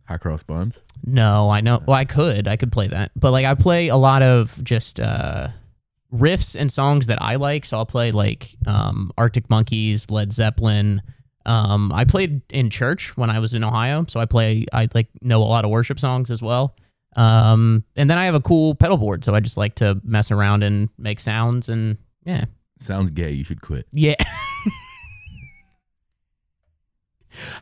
Speaker 2: High cross buns.
Speaker 1: no, I know. Well, I could. I could play that. But like I play a lot of just uh riffs and songs that I like. So I'll play like um Arctic Monkeys, Led Zeppelin. Um I played in church when I was in Ohio, so I play I like know a lot of worship songs as well. Um and then I have a cool pedal board, so I just like to mess around and make sounds and yeah.
Speaker 2: Sounds gay. You should quit.
Speaker 1: Yeah.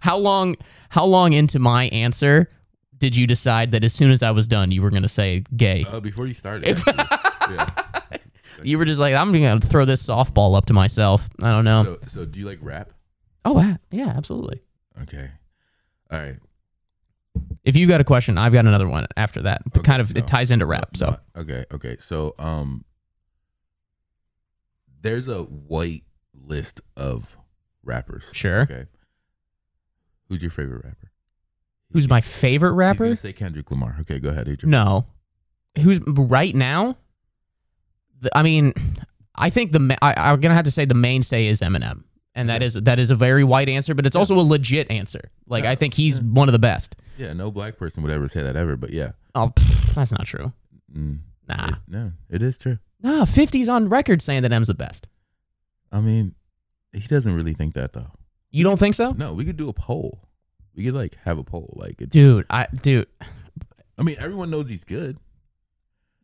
Speaker 1: how long how long into my answer did you decide that as soon as I was done you were going to say gay?
Speaker 2: Uh, before you started.
Speaker 1: If-
Speaker 2: actually. yeah.
Speaker 1: You were just like I'm going to throw this softball up to myself. I don't know.
Speaker 2: So so do you like rap?
Speaker 1: oh, wow. yeah, absolutely.
Speaker 2: Okay. All right.
Speaker 1: If you've got a question, I've got another one after that. But
Speaker 2: Okay,
Speaker 1: kind of
Speaker 2: no,
Speaker 1: it ties into rap,
Speaker 2: No,
Speaker 1: so.
Speaker 2: no, okay, okay. So um there's a white list of rappers.
Speaker 1: Sure.
Speaker 2: Okay. Who's your favorite rapper?
Speaker 1: Who's my favorite
Speaker 2: He's
Speaker 1: rapper?
Speaker 2: gonna say Kendrick Lamar. Okay, go ahead, Adrian.
Speaker 1: No. Who's right now? The, I mean, I think the ma- I, I'm gonna have to say the mainstay is Eminem, and that
Speaker 2: Yeah.
Speaker 1: is that is a very white answer, but it's also a legit answer. Like
Speaker 2: Yeah,
Speaker 1: I think he's one of the best.
Speaker 2: Yeah, no black person would ever say that ever, but yeah.
Speaker 1: Oh, pff, that's not true.
Speaker 2: Mm,
Speaker 1: Nah,
Speaker 2: it- no, it is true.
Speaker 1: nah. 50's on record saying that M's the best.
Speaker 2: I mean, he doesn't really think that though.
Speaker 1: You don't think so,
Speaker 2: No, we could do a poll. We could like have a poll. Like it's
Speaker 1: dude? I dude.
Speaker 2: I mean, everyone knows he's good.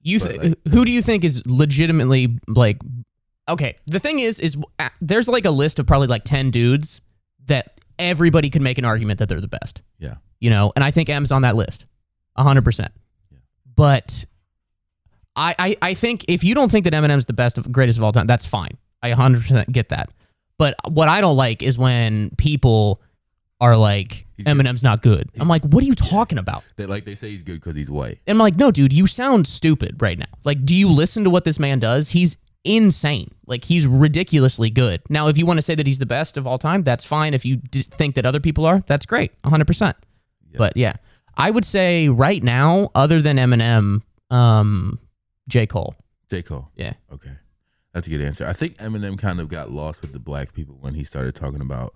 Speaker 1: You
Speaker 2: But,
Speaker 1: th- who do you think is legitimately like okay? The thing is, is uh, there's like a list of probably like ten dudes that everybody could make an argument that they're the best.
Speaker 2: Yeah.
Speaker 1: you know, and I think M's on that list, hundred percent.
Speaker 2: Yeah.
Speaker 1: But I, I I think if you don't think that Eminem's the best of greatest of all time, that's fine. I hundred percent get that. But what I don't like is when people are like
Speaker 2: He's good.
Speaker 1: Eminem's not good. I'm like, what are you talking about?
Speaker 2: That like they say he's good because he's white.
Speaker 1: And I'm like, no, dude, you sound stupid right now. Like, do you listen to what this man does? He's insane. Like, he's ridiculously good. Now, if you want to say that he's the best of all time, that's fine. If you d- think that other people are, that's great, 100%.
Speaker 2: Yeah.
Speaker 1: But yeah, I would say right now, other than Eminem, um, J. Cole.
Speaker 2: J. Cole.
Speaker 1: Yeah.
Speaker 2: Okay. That's a good answer. I think Eminem kind of got lost with the black people when he started talking about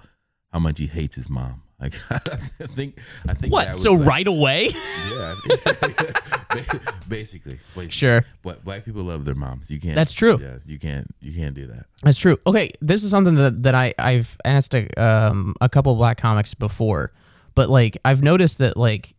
Speaker 2: how much he hates his mom. Like I think I think that
Speaker 1: What?
Speaker 2: was
Speaker 1: So
Speaker 2: like-
Speaker 1: right away?
Speaker 2: Yeah. Ba- basically. Basically.
Speaker 1: sure.
Speaker 2: But black people love their moms. You can't
Speaker 1: That's true.
Speaker 2: Yeah, you can't you can't do that.
Speaker 1: That's true. Okay, this is something that, that I I've asked a um a couple black comics before, but like I've noticed that like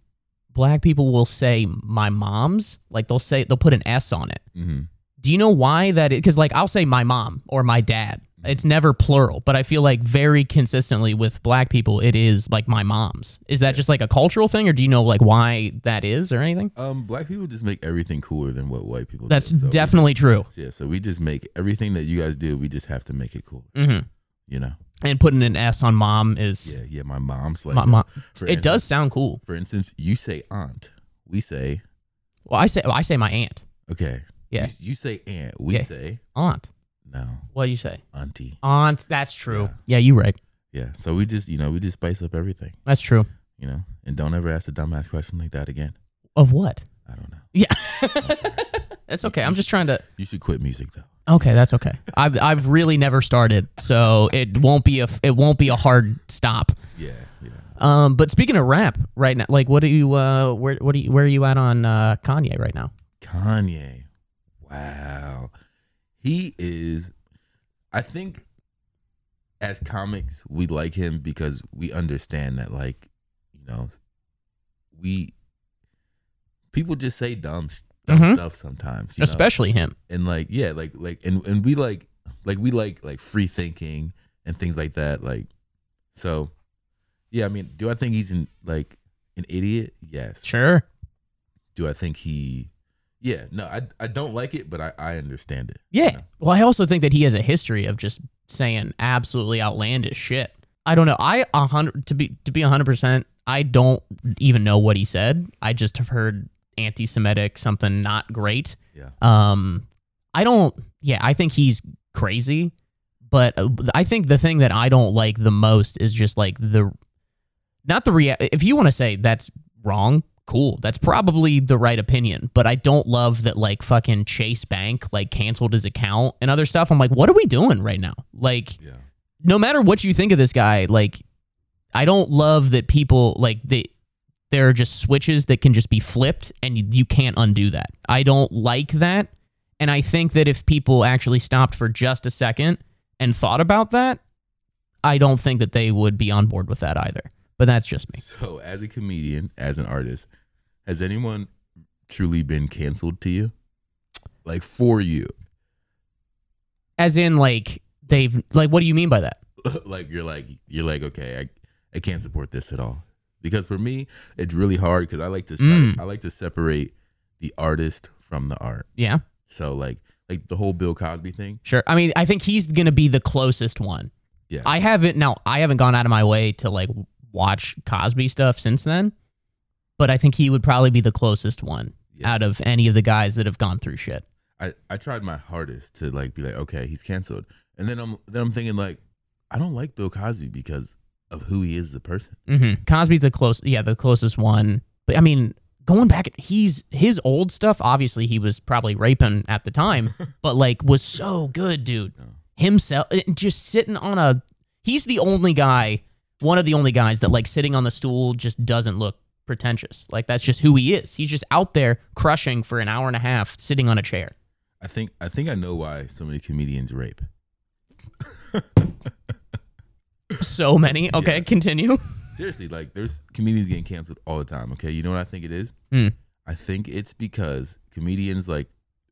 Speaker 1: black people will say my mom's like they'll say they'll put an S on it.
Speaker 2: hmm
Speaker 1: Do you know why that? Because like I'll say my mom or my dad.
Speaker 2: Mm-hmm.
Speaker 1: It's never plural, but I feel like very consistently with black people, it is like my mom's. Is that just like a cultural thing, or do you know like why that is or anything?
Speaker 2: Um black people just make everything cooler than what white people
Speaker 1: That's
Speaker 2: do. So we
Speaker 1: definitely true.
Speaker 2: just- yeah, so we just make everything that you guys do, we just have to make it cool,
Speaker 1: hmm
Speaker 2: you know.
Speaker 1: and putting an S on mom is
Speaker 2: Yeah, yeah. My mom's like,
Speaker 1: my, mom.
Speaker 2: for
Speaker 1: It does
Speaker 2: instance-
Speaker 1: sound cool.
Speaker 2: For instance, you say aunt, we say
Speaker 1: Well, I say I say my aunt,
Speaker 2: okay.
Speaker 1: Yeah.
Speaker 2: You, you say aunt, we
Speaker 1: Yeah.
Speaker 2: say
Speaker 1: aunt.
Speaker 2: no,
Speaker 1: What do you say?
Speaker 2: auntie.
Speaker 1: Aunt. That's true. Yeah,
Speaker 2: Yeah.
Speaker 1: you right.
Speaker 2: Yeah. So we just, you know, we just spice up everything,
Speaker 1: That's true.
Speaker 2: you know, and don't ever ask a dumbass question like that again.
Speaker 1: Of what?
Speaker 2: I don't know.
Speaker 1: Yeah.
Speaker 2: I'm sorry.
Speaker 1: That's okay. I'm just trying to.
Speaker 2: You should quit music though.
Speaker 1: Okay, that's okay. I've I've really never started, so it won't be a it won't be a hard stop.
Speaker 2: Yeah. Yeah.
Speaker 1: Um, but speaking of rap, right now, like, what do you uh, where what do you where are you at on uh Kanye right now?
Speaker 2: Kanye. Wow. He is I think as comics we like him because we understand that like, you know, we people just say dumb sh- dumb
Speaker 1: Mhm.
Speaker 2: stuff sometimes, you know?
Speaker 1: Especially him.
Speaker 2: and like yeah, like like and and we like like we like like free thinking and things like that like so yeah, I mean, do I think he's in like an idiot? Yes
Speaker 1: Sure.
Speaker 2: do I think he yeah, no, I, I don't like it, but I, I understand it.
Speaker 1: Yeah. Well, I also think that he has a history of just saying absolutely outlandish shit. I don't know. I a hundred to be to be hundred percent. I don't even know what he said. I just have heard anti-Semitic something not great.
Speaker 2: Yeah.
Speaker 1: Um, I don't. Yeah, I think he's crazy, but uh, I think the thing that I don't like the most is just like the, not the rea. If you want to say that's wrong, cool. That's probably the right opinion. But I don't love that like fucking Chase Bank like canceled his account and other stuff. I'm like, what are we doing right now? Like,
Speaker 2: Yeah.
Speaker 1: no matter what you think of this guy, like I don't love that people like they there are just switches that can just be flipped and you, you can't undo that. I don't like that. And I think that if people actually stopped for just a second and thought about that, I don't think that they would be on board with that either. But that's just me.
Speaker 2: So as a comedian, as an artist, has anyone truly been canceled to you? Like for you?
Speaker 1: As in like they've like what do you mean by that?
Speaker 2: like you're like you're like, okay, I, I can't support this at all. Because for me, it's really hard because I like to se-
Speaker 1: Mm.
Speaker 2: I like to separate the artist from the art.
Speaker 1: Yeah.
Speaker 2: So like like the whole Bill Cosby thing.
Speaker 1: Sure. I mean, I think he's going to be the closest one.
Speaker 2: Yeah.
Speaker 1: I haven't now. I haven't gone out of my way to like watch Cosby stuff since then, but I think he would probably be the closest one
Speaker 2: Yeah.
Speaker 1: out of any of the guys that have gone through shit.
Speaker 2: I, I tried my hardest to like be like, okay, he's canceled, and then I'm then I'm thinking like, I don't like Bill Cosby because of who he is as a person.
Speaker 1: hmm Cosby's the close, yeah, the closest one. But I mean, going back, he's his old stuff. Obviously, he was probably raping at the time, but like was so good, dude.
Speaker 2: No.
Speaker 1: Himself, eh, just sitting on a. He's the only guy, one of the only guys that like sitting on the stool just doesn't look pretentious. Like that's just who he is. He's just out there crushing for an hour and a half, sitting on a chair.
Speaker 2: I think I think I know why so many comedians rape.
Speaker 1: So many. Okay,
Speaker 2: Yeah.
Speaker 1: continue.
Speaker 2: Seriously, like there's comedians getting canceled all the time. Okay, you know what I think it is?
Speaker 1: Hmm.
Speaker 2: I think it's because comedians like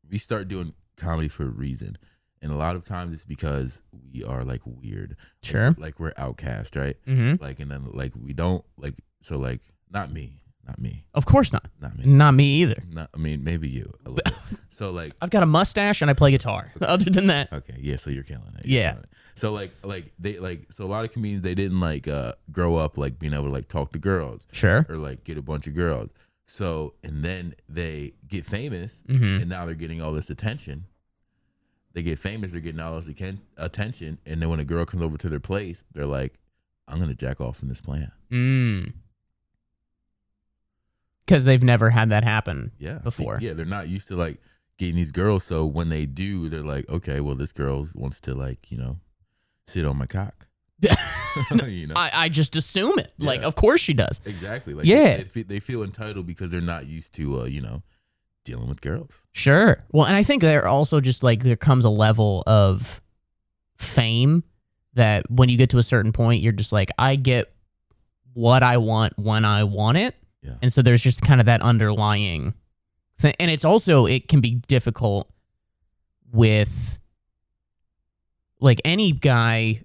Speaker 2: we start doing comedy for a reason, and a lot of times it's because we are like weird,
Speaker 1: Sure.
Speaker 2: like we're outcast, right?
Speaker 1: hmm
Speaker 2: Like and then like we don't like so like not me, not me,
Speaker 1: Of course not.
Speaker 2: not me.
Speaker 1: Not me either.
Speaker 2: No, I mean maybe you. a little bit. so like,
Speaker 1: I've got a mustache and I play guitar. Other than that,
Speaker 2: okay, yeah. So you're killing it. you're
Speaker 1: Yeah.
Speaker 2: killing it. So like, like they like so a lot of comedians they didn't like uh grow up like being able to like talk to girls
Speaker 1: sure.
Speaker 2: or like get a bunch of girls. So and then they get famous
Speaker 1: hmm
Speaker 2: and now they're getting all this attention. They get famous, they're getting all this atten- attention, and then when a girl comes over to their place, they're like, "I'm gonna jack off in this plant."
Speaker 1: Mm. Because they've never had that happen.
Speaker 2: Yeah.
Speaker 1: Before.
Speaker 2: Yeah, they're not used to like getting these girls. So when they do, they're like, okay, well, this girl wants to like, you know, sit on my cock. you know,
Speaker 1: I, I just assume it. Like,
Speaker 2: Yeah.
Speaker 1: of course she does.
Speaker 2: exactly. Like,
Speaker 1: Yeah.
Speaker 2: They, feel, they feel entitled because they're not used to, uh, you know, dealing with girls.
Speaker 1: Sure. Well, and I think there also just like there comes a level of fame that when you get to a certain point, you're just like, I get what I want when I want it.
Speaker 2: Yeah.
Speaker 1: And so there's just kind of that underlying thing. And it's also, it can be difficult with like any guy,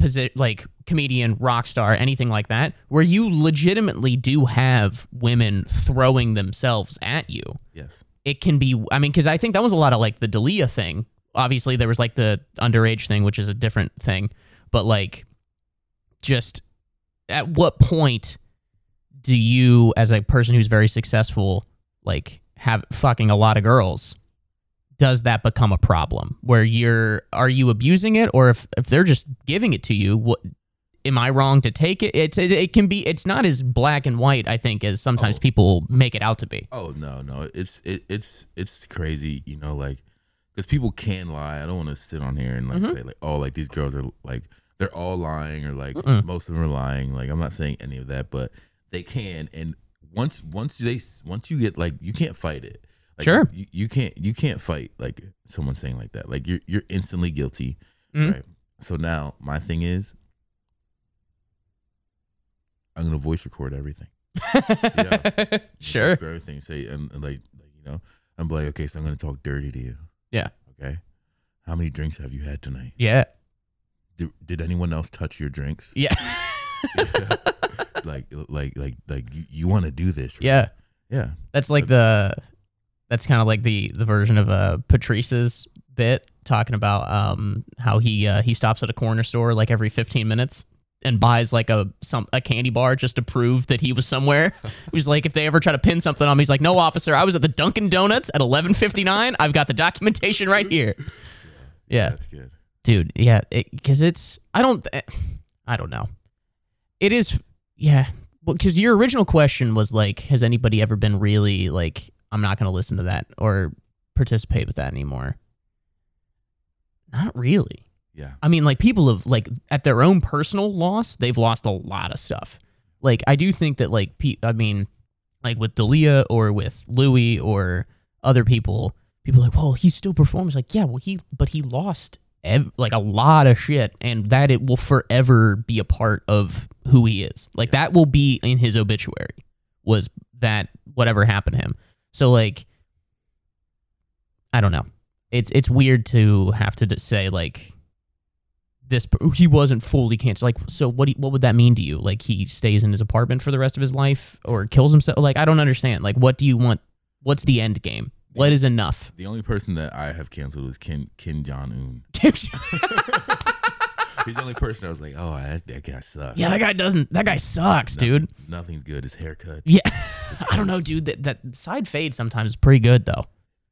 Speaker 1: posi- like comedian, rock star, anything like that, where you legitimately do have women throwing themselves at you
Speaker 2: Yes.
Speaker 1: it can be i mean because i think that was a lot of like the delia thing obviously there was like the underage thing which is a different thing but like just at what point do you as a person who's very successful like have fucking a lot of girls does that become a problem where you're are you abusing it or if if they're just giving it to you what am i wrong to take it it's it, it can be it's not as black and white i think as sometimes
Speaker 2: Oh.
Speaker 1: people make it out to be
Speaker 2: Oh no, no, it's it, it's it's crazy, you know, like because people can lie. I don't want to sit on here and like
Speaker 1: Mhm.
Speaker 2: say like, oh, like these girls are like they're all lying or like
Speaker 1: Mm-mm.
Speaker 2: most of them are lying. Like I'm not saying any of that, but they can. And once once they s- once you get like you can't fight it. Like,
Speaker 1: Sure.
Speaker 2: you, you can't you can't fight like someone saying like that. Like you're you're instantly guilty,
Speaker 1: Mm.
Speaker 2: right? So now my thing is, I'm gonna voice record everything. Yeah.
Speaker 1: sure
Speaker 2: Screw everything. Say and, and like, like you know, I'm like, okay, so I'm gonna talk dirty to you.
Speaker 1: Yeah.
Speaker 2: Okay. How many drinks have you had tonight?
Speaker 1: yeah
Speaker 2: Did, did anyone else touch your drinks?
Speaker 1: yeah
Speaker 2: like, like, like, like you, you want to do this? right?
Speaker 1: yeah
Speaker 2: Yeah.
Speaker 1: That's like the that's kind of like the the version of uh Patrice's bit talking about um how he uh, he stops at a corner store like every 15 minutes and buys like a some a candy bar just to prove that he was somewhere. He was like if they ever try to pin something on me he's like no officer, I was at the Dunkin Donuts at 11:59. I've got the documentation right here. Yeah
Speaker 2: That's good.
Speaker 1: dude yeah because it's i don't eh, i don't know it is yeah because your original question was like has anybody ever been really like i'm not going to listen to that or participate with that anymore not really
Speaker 2: Yeah.
Speaker 1: I mean, like people have like at their own personal loss, they've lost a lot of stuff. Like I do think that like pe- I mean, like with Dalia or with Louis or other people, people are like, well, he still performs. Like, yeah, well, he but he lost ev- like a lot of shit, and that it will forever be a part of who he is. Like that will be in his obituary. Was that whatever happened to him? So like, I don't know. It's it's weird to have to d- say like this per- he wasn't fully canceled. Like, so what? do you- what would that mean to you? Like, he stays in his apartment for the rest of his life, or kills himself? Like, I don't understand. Like, what do you want? What's the end game? What is enough?
Speaker 2: The only person that I have canceled was Kim Kim Jong Un. He's the only person I was like, oh, that, that guy sucks.
Speaker 1: yeah, that guy doesn't. That guy sucks,
Speaker 2: Nothing-
Speaker 1: dude.
Speaker 2: Nothing's good. His haircut.
Speaker 1: Yeah, I don't know, dude. That that side fade sometimes is pretty good though.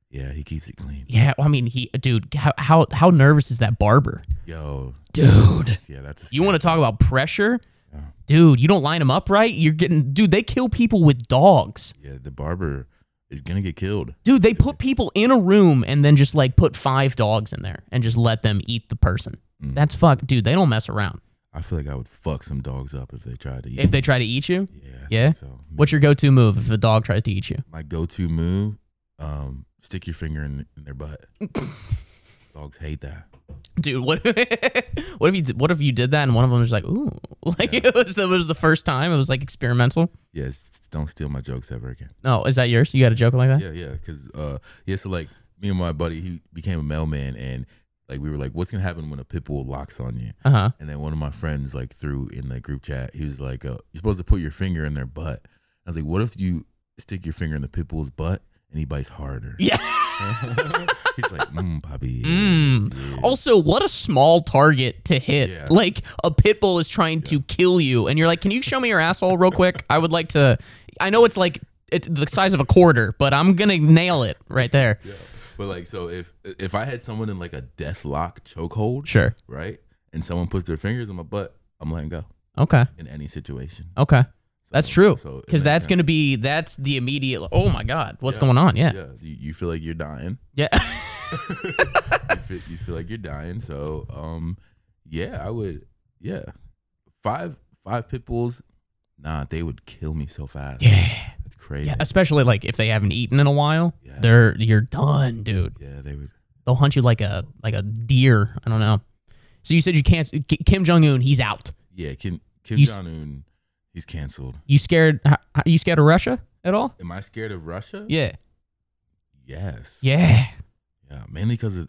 Speaker 2: Yeah, he keeps it clean.
Speaker 1: Yeah, well, I mean, he, dude, how how how nervous is that barber,
Speaker 2: Yo.
Speaker 1: dude?
Speaker 2: Yeah, that's. a
Speaker 1: You want to
Speaker 2: scary-
Speaker 1: talk about pressure?
Speaker 2: Yeah.
Speaker 1: Dude, you don't line them up right. You're getting, dude. They kill people with dogs.
Speaker 2: Yeah, the barber is gonna get killed.
Speaker 1: Dude, they put people in a room and then just like put five dogs in there and just let them eat the person.
Speaker 2: Mm.
Speaker 1: That's fuck, dude. They don't mess around.
Speaker 2: I feel like I would fuck some dogs up if they tried to eat.
Speaker 1: If they try to eat you,
Speaker 2: me. yeah, I
Speaker 1: Yeah?
Speaker 2: think So
Speaker 1: what's your go-to move if a dog tries to eat you?
Speaker 2: my go-to move? Um, stick your finger in, in their butt. dogs hate that.
Speaker 1: Dude, what? what if you? What if you did that and one of them was like, ooh, like it was the it was the first time. It was like experimental.
Speaker 2: Yes, don't steal my jokes ever again.
Speaker 1: No, is that yours? You got a joke like that?
Speaker 2: Yeah, yeah, because uh, yeah, so like me and my buddy, he became a mailman, and like we were like, what's gonna happen when a pit bull locks on you?
Speaker 1: Uh huh.
Speaker 2: And then one of my friends like threw in the group chat. He was like, uh, "You're supposed to put your finger in their butt." I was like, "What if you stick your finger in the pit bull's butt and he bites harder?"
Speaker 1: Yeah.
Speaker 2: He's like, "Mmm, puppy."
Speaker 1: Mm.
Speaker 2: Yeah.
Speaker 1: Also, what a small target to hit.
Speaker 2: Yeah.
Speaker 1: Like a pit bull is trying to kill you, and you're like, "Can you show me your asshole real quick? I would like to." I know it's like it, the size of a quarter, but I'm gonna nail it right there.
Speaker 2: Yeah. But like, so if if I had someone in like a death lock chokehold,
Speaker 1: Sure.
Speaker 2: right, and someone puts their fingers in my butt, I'm letting go
Speaker 1: Okay.
Speaker 2: in any situation.
Speaker 1: Okay. That's
Speaker 2: So-
Speaker 1: true.
Speaker 2: so it
Speaker 1: Because
Speaker 2: makes
Speaker 1: that's
Speaker 2: sense.
Speaker 1: gonna be that's the immediate. Oh my God, what's
Speaker 2: Yeah.
Speaker 1: going on? Yeah.
Speaker 2: yeah. You, you feel like you're dying.
Speaker 1: Yeah.
Speaker 2: You feel, you feel like you're dying. So um, yeah, I would. Yeah, five five pit bulls. Nah, they would kill me so fast.
Speaker 1: Yeah.
Speaker 2: That's crazy.
Speaker 1: Yeah. Especially like if they haven't eaten in a while,
Speaker 2: Yeah.
Speaker 1: they're you're done, dude.
Speaker 2: Yeah, they would.
Speaker 1: They'll hunt you like a like a deer. I don't know. So you said you can't. Kim Jong Un, he's out.
Speaker 2: Yeah, Kim Kim
Speaker 1: You s-
Speaker 2: Jong Un, he's canceled.
Speaker 1: You scared? h- h- You scared of Russia at all?
Speaker 2: Am I scared of Russia?
Speaker 1: Yeah.
Speaker 2: Yes.
Speaker 1: Yeah.
Speaker 2: Yeah, mainly because of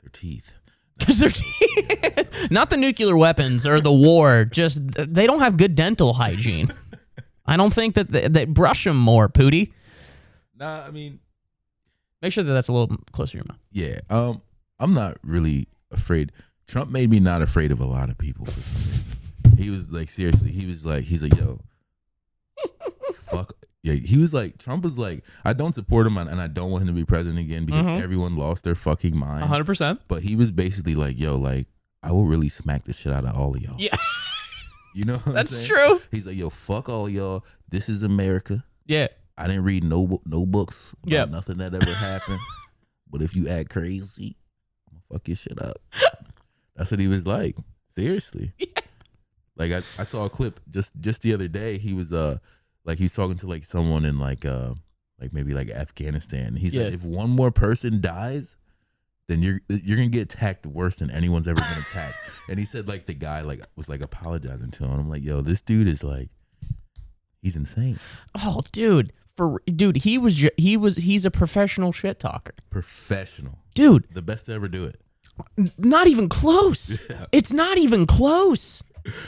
Speaker 2: their teeth.
Speaker 1: Because they're not the nuclear weapons or the war. Just th- they don't have good dental hygiene. I don't think that they, they brush them more, Pooty.
Speaker 2: Nah, I mean,
Speaker 1: Make sure that that's a little closer to your mouth.
Speaker 2: yeah. Um, I'm not really afraid. Trump made me not afraid of a lot of people. For some reason. He was like, seriously, he was like, he's like, yo, fuck. Yeah, he was like, Trump was like, I don't support him and and I don't want him to be president again because
Speaker 1: Mhm.
Speaker 2: everyone lost their fucking mind.
Speaker 1: 100%.
Speaker 2: But he was basically like, yo, like, I will really smack the shit out of all of y'all.
Speaker 1: Yeah.
Speaker 2: You know what I'm
Speaker 1: That's
Speaker 2: saying?
Speaker 1: true.
Speaker 2: He's like, yo, fuck all y'all. This is America.
Speaker 1: Yeah.
Speaker 2: I didn't read no bo- no books. about
Speaker 1: Yep.
Speaker 2: nothing that ever happened. but if you act crazy, I'm gonna fuck your shit up. That's what he was like. Seriously. Like I, I saw a clip just just the other day. He was uh like he was talking to like someone in like uh like maybe like Afghanistan. He said
Speaker 1: Yeah.
Speaker 2: if one more person dies, then you're you're gonna get attacked worse than anyone's ever been attacked. and he said like the guy like was like apologizing to him. I'm like, yo, this dude is like he's insane.
Speaker 1: Oh, dude. For dude, he was ju- he was he's a professional shit talker.
Speaker 2: Professional.
Speaker 1: Dude,
Speaker 2: The best to ever do it.
Speaker 1: n- not even close.
Speaker 2: Yeah.
Speaker 1: It's not even close.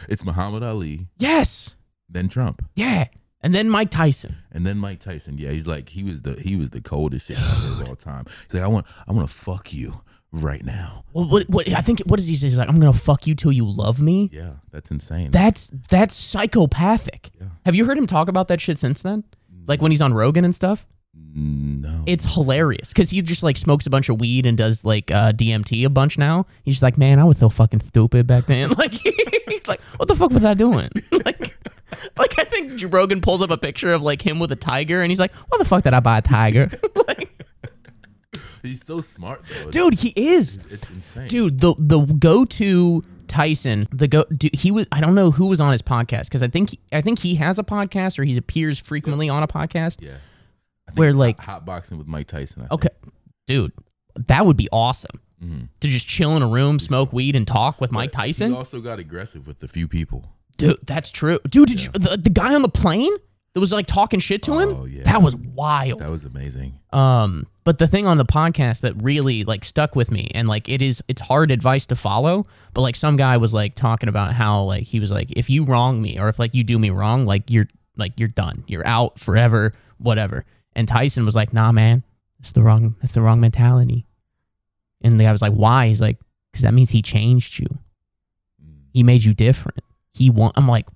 Speaker 2: It's Muhammad Ali,
Speaker 1: Yes.
Speaker 2: then Trump,
Speaker 1: Yeah. And then Mike Tyson.
Speaker 2: and then Mike Tyson. Yeah, he's like he was the he was the coldest shit talker of all time. He's like, I want I want to fuck you right now.
Speaker 1: Well, what, what I think what does he say? He's like, I'm gonna fuck you till you love me.
Speaker 2: Yeah, that's insane.
Speaker 1: That's that's psychopathic.
Speaker 2: Yeah.
Speaker 1: Have you heard him talk about that shit since then? Like when he's on Rogan and stuff?
Speaker 2: no.
Speaker 1: It's hilarious because he just like smokes a bunch of weed and does like uh, DMT a bunch now. He's just like, man, I was so fucking stupid back then. Like, he's like, what the fuck was I doing? Like, like I think Joe Rogan pulls up a picture of like him with a tiger and he's like, what the fuck did I buy a tiger? like,
Speaker 2: he's so smart though.
Speaker 1: dude, he is.
Speaker 2: it's insane.
Speaker 1: Dude, the the go to Tyson, the go dude, he was I don't know who was on his podcast because I think he, I think he has a podcast or he appears frequently on a podcast.
Speaker 2: Yeah. I think
Speaker 1: Where,
Speaker 2: it's
Speaker 1: like- Oh,
Speaker 2: hot boxing with Mike Tyson. I think.
Speaker 1: Okay, dude, that would be awesome
Speaker 2: Mm-hmm.
Speaker 1: to just chill in a room, smoke weed, and talk with Mike
Speaker 2: But
Speaker 1: Tyson.
Speaker 2: He also got aggressive with a few people.
Speaker 1: Dude, that's true. Dude, did you, the, the guy on the plane that was like talking shit to him?
Speaker 2: Oh, yeah.
Speaker 1: That was wild.
Speaker 2: That was amazing.
Speaker 1: Um, but the thing on the podcast that really like stuck with me and like it is it's hard advice to follow, but like some guy was like talking about how like he was like if you wrong me or if like you do me wrong, like you're like you're done. You're out forever, whatever. And Tyson was like, "Nah, man. That's the wrong that's the wrong mentality." And the guy was like, "Why?" He's like, "Cuz that means he changed you.
Speaker 2: Mm.
Speaker 1: He made you different. He want I'm like,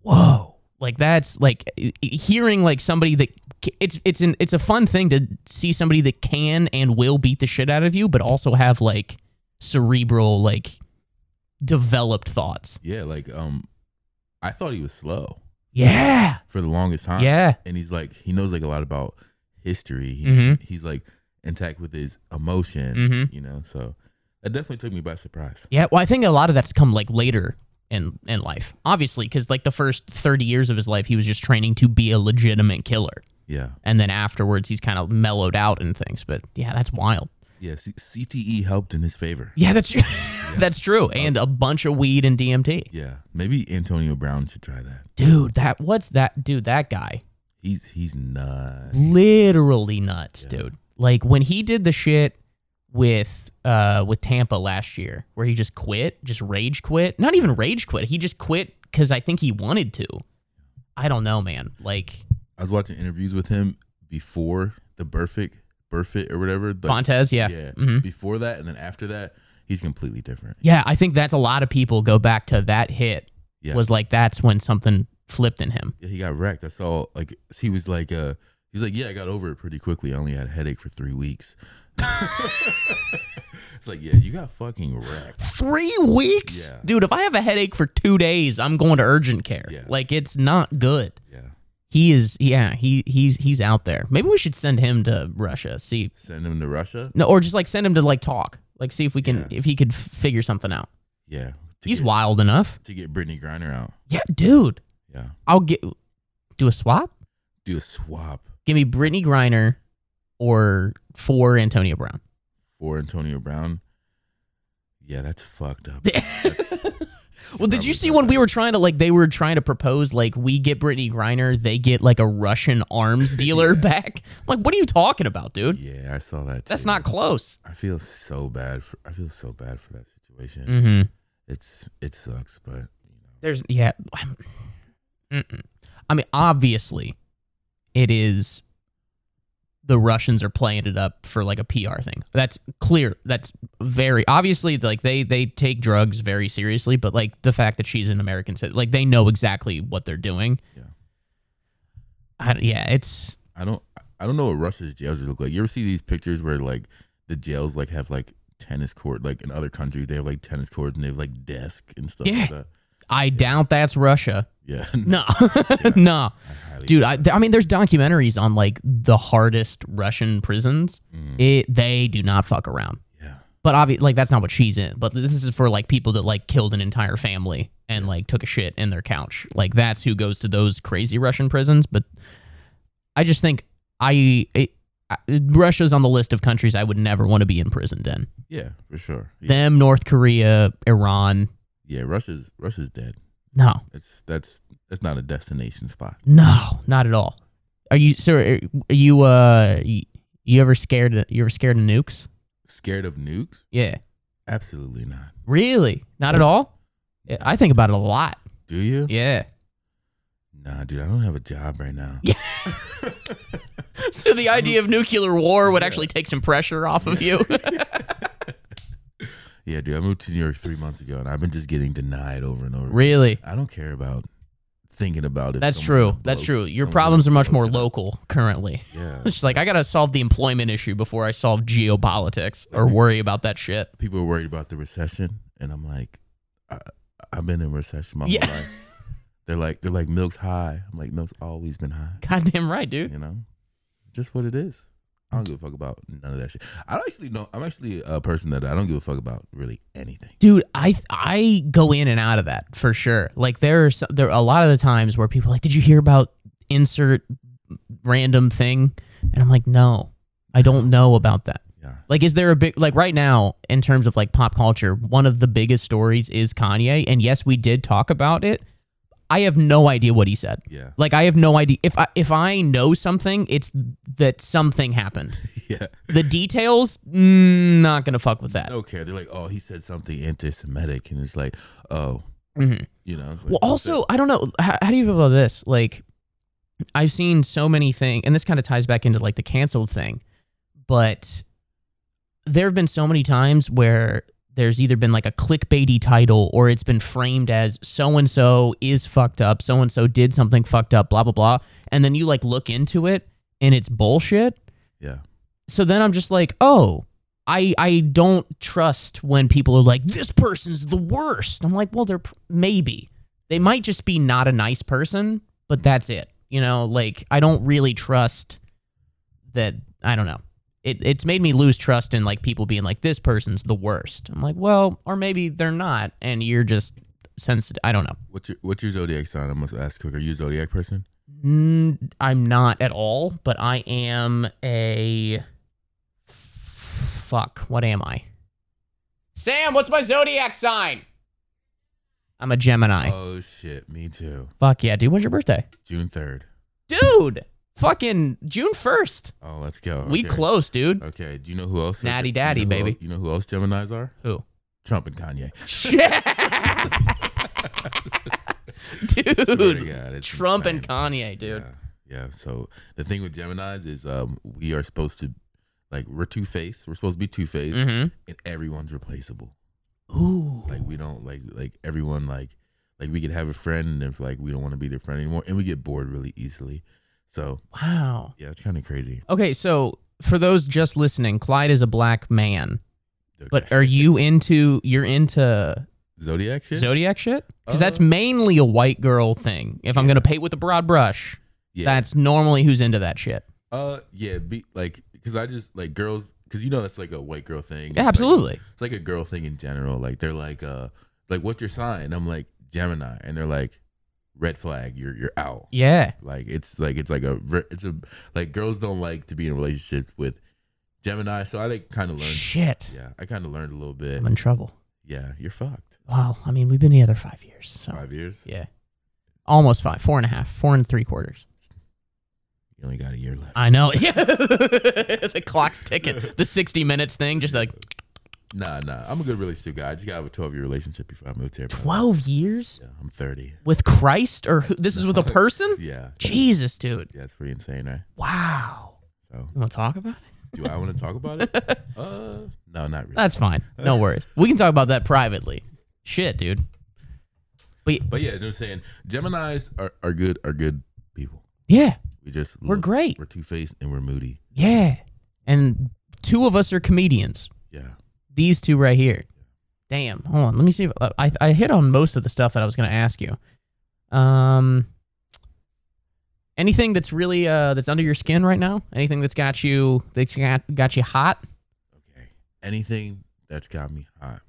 Speaker 1: "Whoa." Like that's like e- e- hearing like somebody that it's it's an it's a fun thing to see somebody that can and will beat the shit out of you, but also have like cerebral like developed thoughts.
Speaker 2: Yeah, like um, I thought he was slow
Speaker 1: Yeah,
Speaker 2: for the longest time.
Speaker 1: yeah,
Speaker 2: and he's like he knows like a lot about history. He-
Speaker 1: Mhm.
Speaker 2: He's like intact with his emotions,
Speaker 1: Mhm.
Speaker 2: you know. So that definitely took me by surprise.
Speaker 1: yeah. Well, I think a lot of that's come like later in in life, obviously, because like the first thirty years of his life, he was just training to be a legitimate killer,
Speaker 2: Yeah,
Speaker 1: and then afterwards, he's kind of mellowed out and things. But yeah, that's wild.
Speaker 2: yeah. C- CTE helped in his favor.
Speaker 1: Yeah, that's that's true, and a bunch of weed and DMT,
Speaker 2: Yeah, maybe Antonio Brown should try that.
Speaker 1: dude. That what's that, dude? That guy.
Speaker 2: He's he's nuts.
Speaker 1: literally nuts,
Speaker 2: Yeah.
Speaker 1: dude. Like when he did the shit with uh with Tampa last year, where he just quit, just rage quit. Not even rage quit. He just quit because I think he wanted to. I don't know, man. Like
Speaker 2: I was watching interviews with him before the perfect perfect or whatever. the-
Speaker 1: Fontes, yeah,
Speaker 2: yeah,
Speaker 1: Mhm.
Speaker 2: before that and then after that, he's completely different.
Speaker 1: yeah. I think that's a lot of people go back to that hit.
Speaker 2: Yeah.
Speaker 1: Was like that's when something flipped in him.
Speaker 2: Yeah, he got wrecked. I saw like he was like uh he's like, Yeah, I got over it pretty quickly. I only had a headache for three weeks. it's like, yeah, you got fucking wrecked.
Speaker 1: Three weeks,
Speaker 2: Yeah.
Speaker 1: dude. If I have a headache for two days, I'm going to urgent care.
Speaker 2: Yeah.
Speaker 1: Like it's not good.
Speaker 2: Yeah.
Speaker 1: He is, yeah. He he's he's out there. Maybe we should send him to Russia. See
Speaker 2: Send him to Russia?
Speaker 1: No, or just like send him to like talk, like see if we can
Speaker 2: Yeah.
Speaker 1: if he could f- figure something out.
Speaker 2: Yeah. To
Speaker 1: He's
Speaker 2: get,
Speaker 1: wild enough.
Speaker 2: to get Brittany Griner out.
Speaker 1: Yeah, dude.
Speaker 2: Yeah.
Speaker 1: I'll get do a swap.
Speaker 2: Do a swap
Speaker 1: Give me Brittany Griner or for Antonio Brown.
Speaker 2: for Antonio Brown. Yeah, that's fucked up. That's-
Speaker 1: Well, did you see when we were trying to like they were trying to propose like we get Brittany Griner, they get like a Russian arms dealer back? like, what are you talking about, dude?
Speaker 2: Yeah, I saw that.
Speaker 1: That's
Speaker 2: too.
Speaker 1: not close.
Speaker 2: I feel so bad for. I feel so bad for that situation.
Speaker 1: Mm-hmm.
Speaker 2: It's it sucks, but you know.
Speaker 1: There's yeah. I'm- Mm-mm. I mean, obviously, it is the Russians are playing it up for like a PR thing. That's clear. That's very obviously like they they take drugs very seriously, but like the fact that she's an American citizen, like they know exactly what they're doing.
Speaker 2: Yeah.
Speaker 1: I, yeah, it's
Speaker 2: I don't I don't know what Russia's jails look like. You ever see these pictures where like the jails like have like tennis court like in other countries they have like tennis courts and they have like desk and stuff
Speaker 1: Yeah.
Speaker 2: like that.
Speaker 1: I doubt that's Russia.
Speaker 2: Yeah.
Speaker 1: No.
Speaker 2: Yeah.
Speaker 1: no.
Speaker 2: I highly
Speaker 1: Dude, I, I mean there's documentaries on like the hardest Russian prisons.
Speaker 2: Mm,
Speaker 1: It they do not fuck around.
Speaker 2: yeah.
Speaker 1: but obviously like that's not what she's in but this is for like people that like killed an entire family and like took a shit in their couch like that's who goes to those crazy russian prisons but i just think i, it, I russia's on the list of countries i would never want to be imprisoned in
Speaker 2: Yeah, for sure. Yeah.
Speaker 1: them north korea iran
Speaker 2: yeah, Russia's Russia's dead.
Speaker 1: no
Speaker 2: It's that's that's not a destination spot.
Speaker 1: no not at all are you sir are you uh you, you ever scared you ever scared of nukes
Speaker 2: Scared of nukes?
Speaker 1: yeah
Speaker 2: Absolutely not.
Speaker 1: really not at all Yeah, i think about it a lot
Speaker 2: Do you?
Speaker 1: yeah
Speaker 2: Nah, dude, I don't have a job right now.
Speaker 1: Yeah. So the idea of nuclear war would actually take some pressure off of you.
Speaker 2: yeah, dude, I moved to New York three months ago, and I've been just getting denied over and over.
Speaker 1: really?
Speaker 2: I don't care about thinking about it.
Speaker 1: That's true. That's true. Your problems are much more local currently.
Speaker 2: Yeah.
Speaker 1: It's like I gotta solve the employment issue before I solve geopolitics or worry about that shit.
Speaker 2: People are worried about the recession, and I'm like, I, I've been in recession my
Speaker 1: Yeah.
Speaker 2: whole life. They're like, they're like, milk's high. I'm like, milk's always been high.
Speaker 1: Goddamn right, dude.
Speaker 2: You know, just what it is. I don't give a fuck about none of that shit. I don't actually know. I'm actually a person that I don't give a fuck about really anything.
Speaker 1: Dude, I I go in and out of that for sure. Like there are some, there are a lot of the times where people are like, did you hear about insert random thing? And I'm like, no, I don't know about that.
Speaker 2: Yeah.
Speaker 1: Like, is there a big like right now in terms of like pop culture? One of the biggest stories is Kanye, and yes, we did talk about it. I have no idea what he said.
Speaker 2: Yeah.
Speaker 1: Like, I have no idea if I if I know something, it's that something happened.
Speaker 2: Yeah.
Speaker 1: The details, mm, not gonna fuck with that.
Speaker 2: don't care. They're like, oh, he said something anti-Semitic, and it's like, oh,
Speaker 1: Mhm.
Speaker 2: you know. it's like,
Speaker 1: Well, also, I don't know. How, how do you feel about this? Like, I've seen so many things, and this kind of ties back into like the canceled thing, but there have been so many times where there's either been like a clickbaity title or it's been framed as so and so is fucked up, so and so did something fucked up, blah, blah, blah. And then you like look into it and it's bullshit
Speaker 2: yeah,
Speaker 1: so then I'm just like, oh, I I don't trust when people are like, this person's the worst. I'm like, well, they're pr- maybe they might just be not a nice person, but that's it. You know, like I don't really trust that. I don't know. It it's made me lose trust in like people being like, this person's the worst. I'm like, well, or maybe they're not, and you're just sensitive. I don't know.
Speaker 2: What's your what's your zodiac sign? I must ask quick. Are you a zodiac person?
Speaker 1: Mm, I'm not at all, but I am a. Fuck, what am I? Sam, what's my zodiac sign? I'm a Gemini.
Speaker 2: Oh shit, me too.
Speaker 1: Fuck yeah, dude. When's your birthday?
Speaker 2: June third.
Speaker 1: Dude! Fucking June 1st.
Speaker 2: Oh, let's go.
Speaker 1: We
Speaker 2: Okay.
Speaker 1: close, dude.
Speaker 2: Okay. Do you know who else?
Speaker 1: Natty
Speaker 2: you know
Speaker 1: daddy,
Speaker 2: who
Speaker 1: baby.
Speaker 2: else- you know who else Gemini's are?
Speaker 1: Who?
Speaker 2: Trump and Kanye.
Speaker 1: Shit!
Speaker 2: Swear to
Speaker 1: dude.
Speaker 2: God, it's
Speaker 1: Trump and
Speaker 2: insane.
Speaker 1: Kanye, dude.
Speaker 2: Yeah. Yeah. So the thing with Gemini's is um we are supposed to like we're two faced. We're supposed to be two faced,
Speaker 1: Mm-hmm.
Speaker 2: and everyone's replaceable.
Speaker 1: hmm Ooh.
Speaker 2: Like we don't like like everyone like like we could have a friend and if like we don't want to be their friend anymore and we get bored really easily. So
Speaker 1: Wow.
Speaker 2: yeah, it's kind of crazy.
Speaker 1: Okay, so for those just listening, Clyde is a black man.
Speaker 2: Okay.
Speaker 1: But are you into you're into
Speaker 2: zodiac shit?
Speaker 1: zodiac shit? Because
Speaker 2: Uh,
Speaker 1: that's mainly a white girl thing. If I'm gonna paint with a broad brush,
Speaker 2: yeah.
Speaker 1: that's normally who's into that shit.
Speaker 2: uh yeah, be like cuz I just like girls cuz you know that's like a white girl thing.
Speaker 1: Yeah,
Speaker 2: It's like-
Speaker 1: absolutely.
Speaker 2: it's like a girl thing in general. Like they're like, uh, like what's your sign? And I'm like Gemini, and they're like, red flag, you're you're out.
Speaker 1: Yeah.
Speaker 2: Like it's like it's like a ver- it's a like girls don't like to be in a relationship with Gemini. So I like kind of learned.
Speaker 1: Shit.
Speaker 2: Yeah, I kind of learned a little bit.
Speaker 1: I'm in trouble.
Speaker 2: Yeah, you're fucked.
Speaker 1: Well, I mean, we've been together five years. So
Speaker 2: Five years.
Speaker 1: yeah. Almost five. Four and a half. Four and three quarters.
Speaker 2: You only got a year left.
Speaker 1: I know. Yeah. the clock's ticking. The sixty minutes thing, just like
Speaker 2: Nah, nah. I'm a good relationship guy. I just got out of a 12 year relationship before I moved here. bro.
Speaker 1: twelve years?
Speaker 2: Yeah, I'm 30.
Speaker 1: With Christ or who, this is with a person?
Speaker 2: Yeah,
Speaker 1: Jesus, dude.
Speaker 2: yeah. It's pretty insane, right?
Speaker 1: Wow.
Speaker 2: So,
Speaker 1: You want to talk about it?
Speaker 2: do I want to talk about it? Uh, no, not really.
Speaker 1: That's fine. No worries. We can talk about that privately. Shit, dude. But
Speaker 2: But yeah, I'm saying Gemini's are, are good are good people.
Speaker 1: yeah,
Speaker 2: We just
Speaker 1: We're great.
Speaker 2: We're two faced and we're moody.
Speaker 1: yeah. And two of us are comedians.
Speaker 2: Yeah.
Speaker 1: These two right here. Damn. Hold on. Let me see. If, uh, I I hit on most of the stuff that I was going to ask you. Um. Anything that's really uh that's under your skin right now? Anything that's got you that's got got you hot?
Speaker 2: Okay. Anything that's got me hot.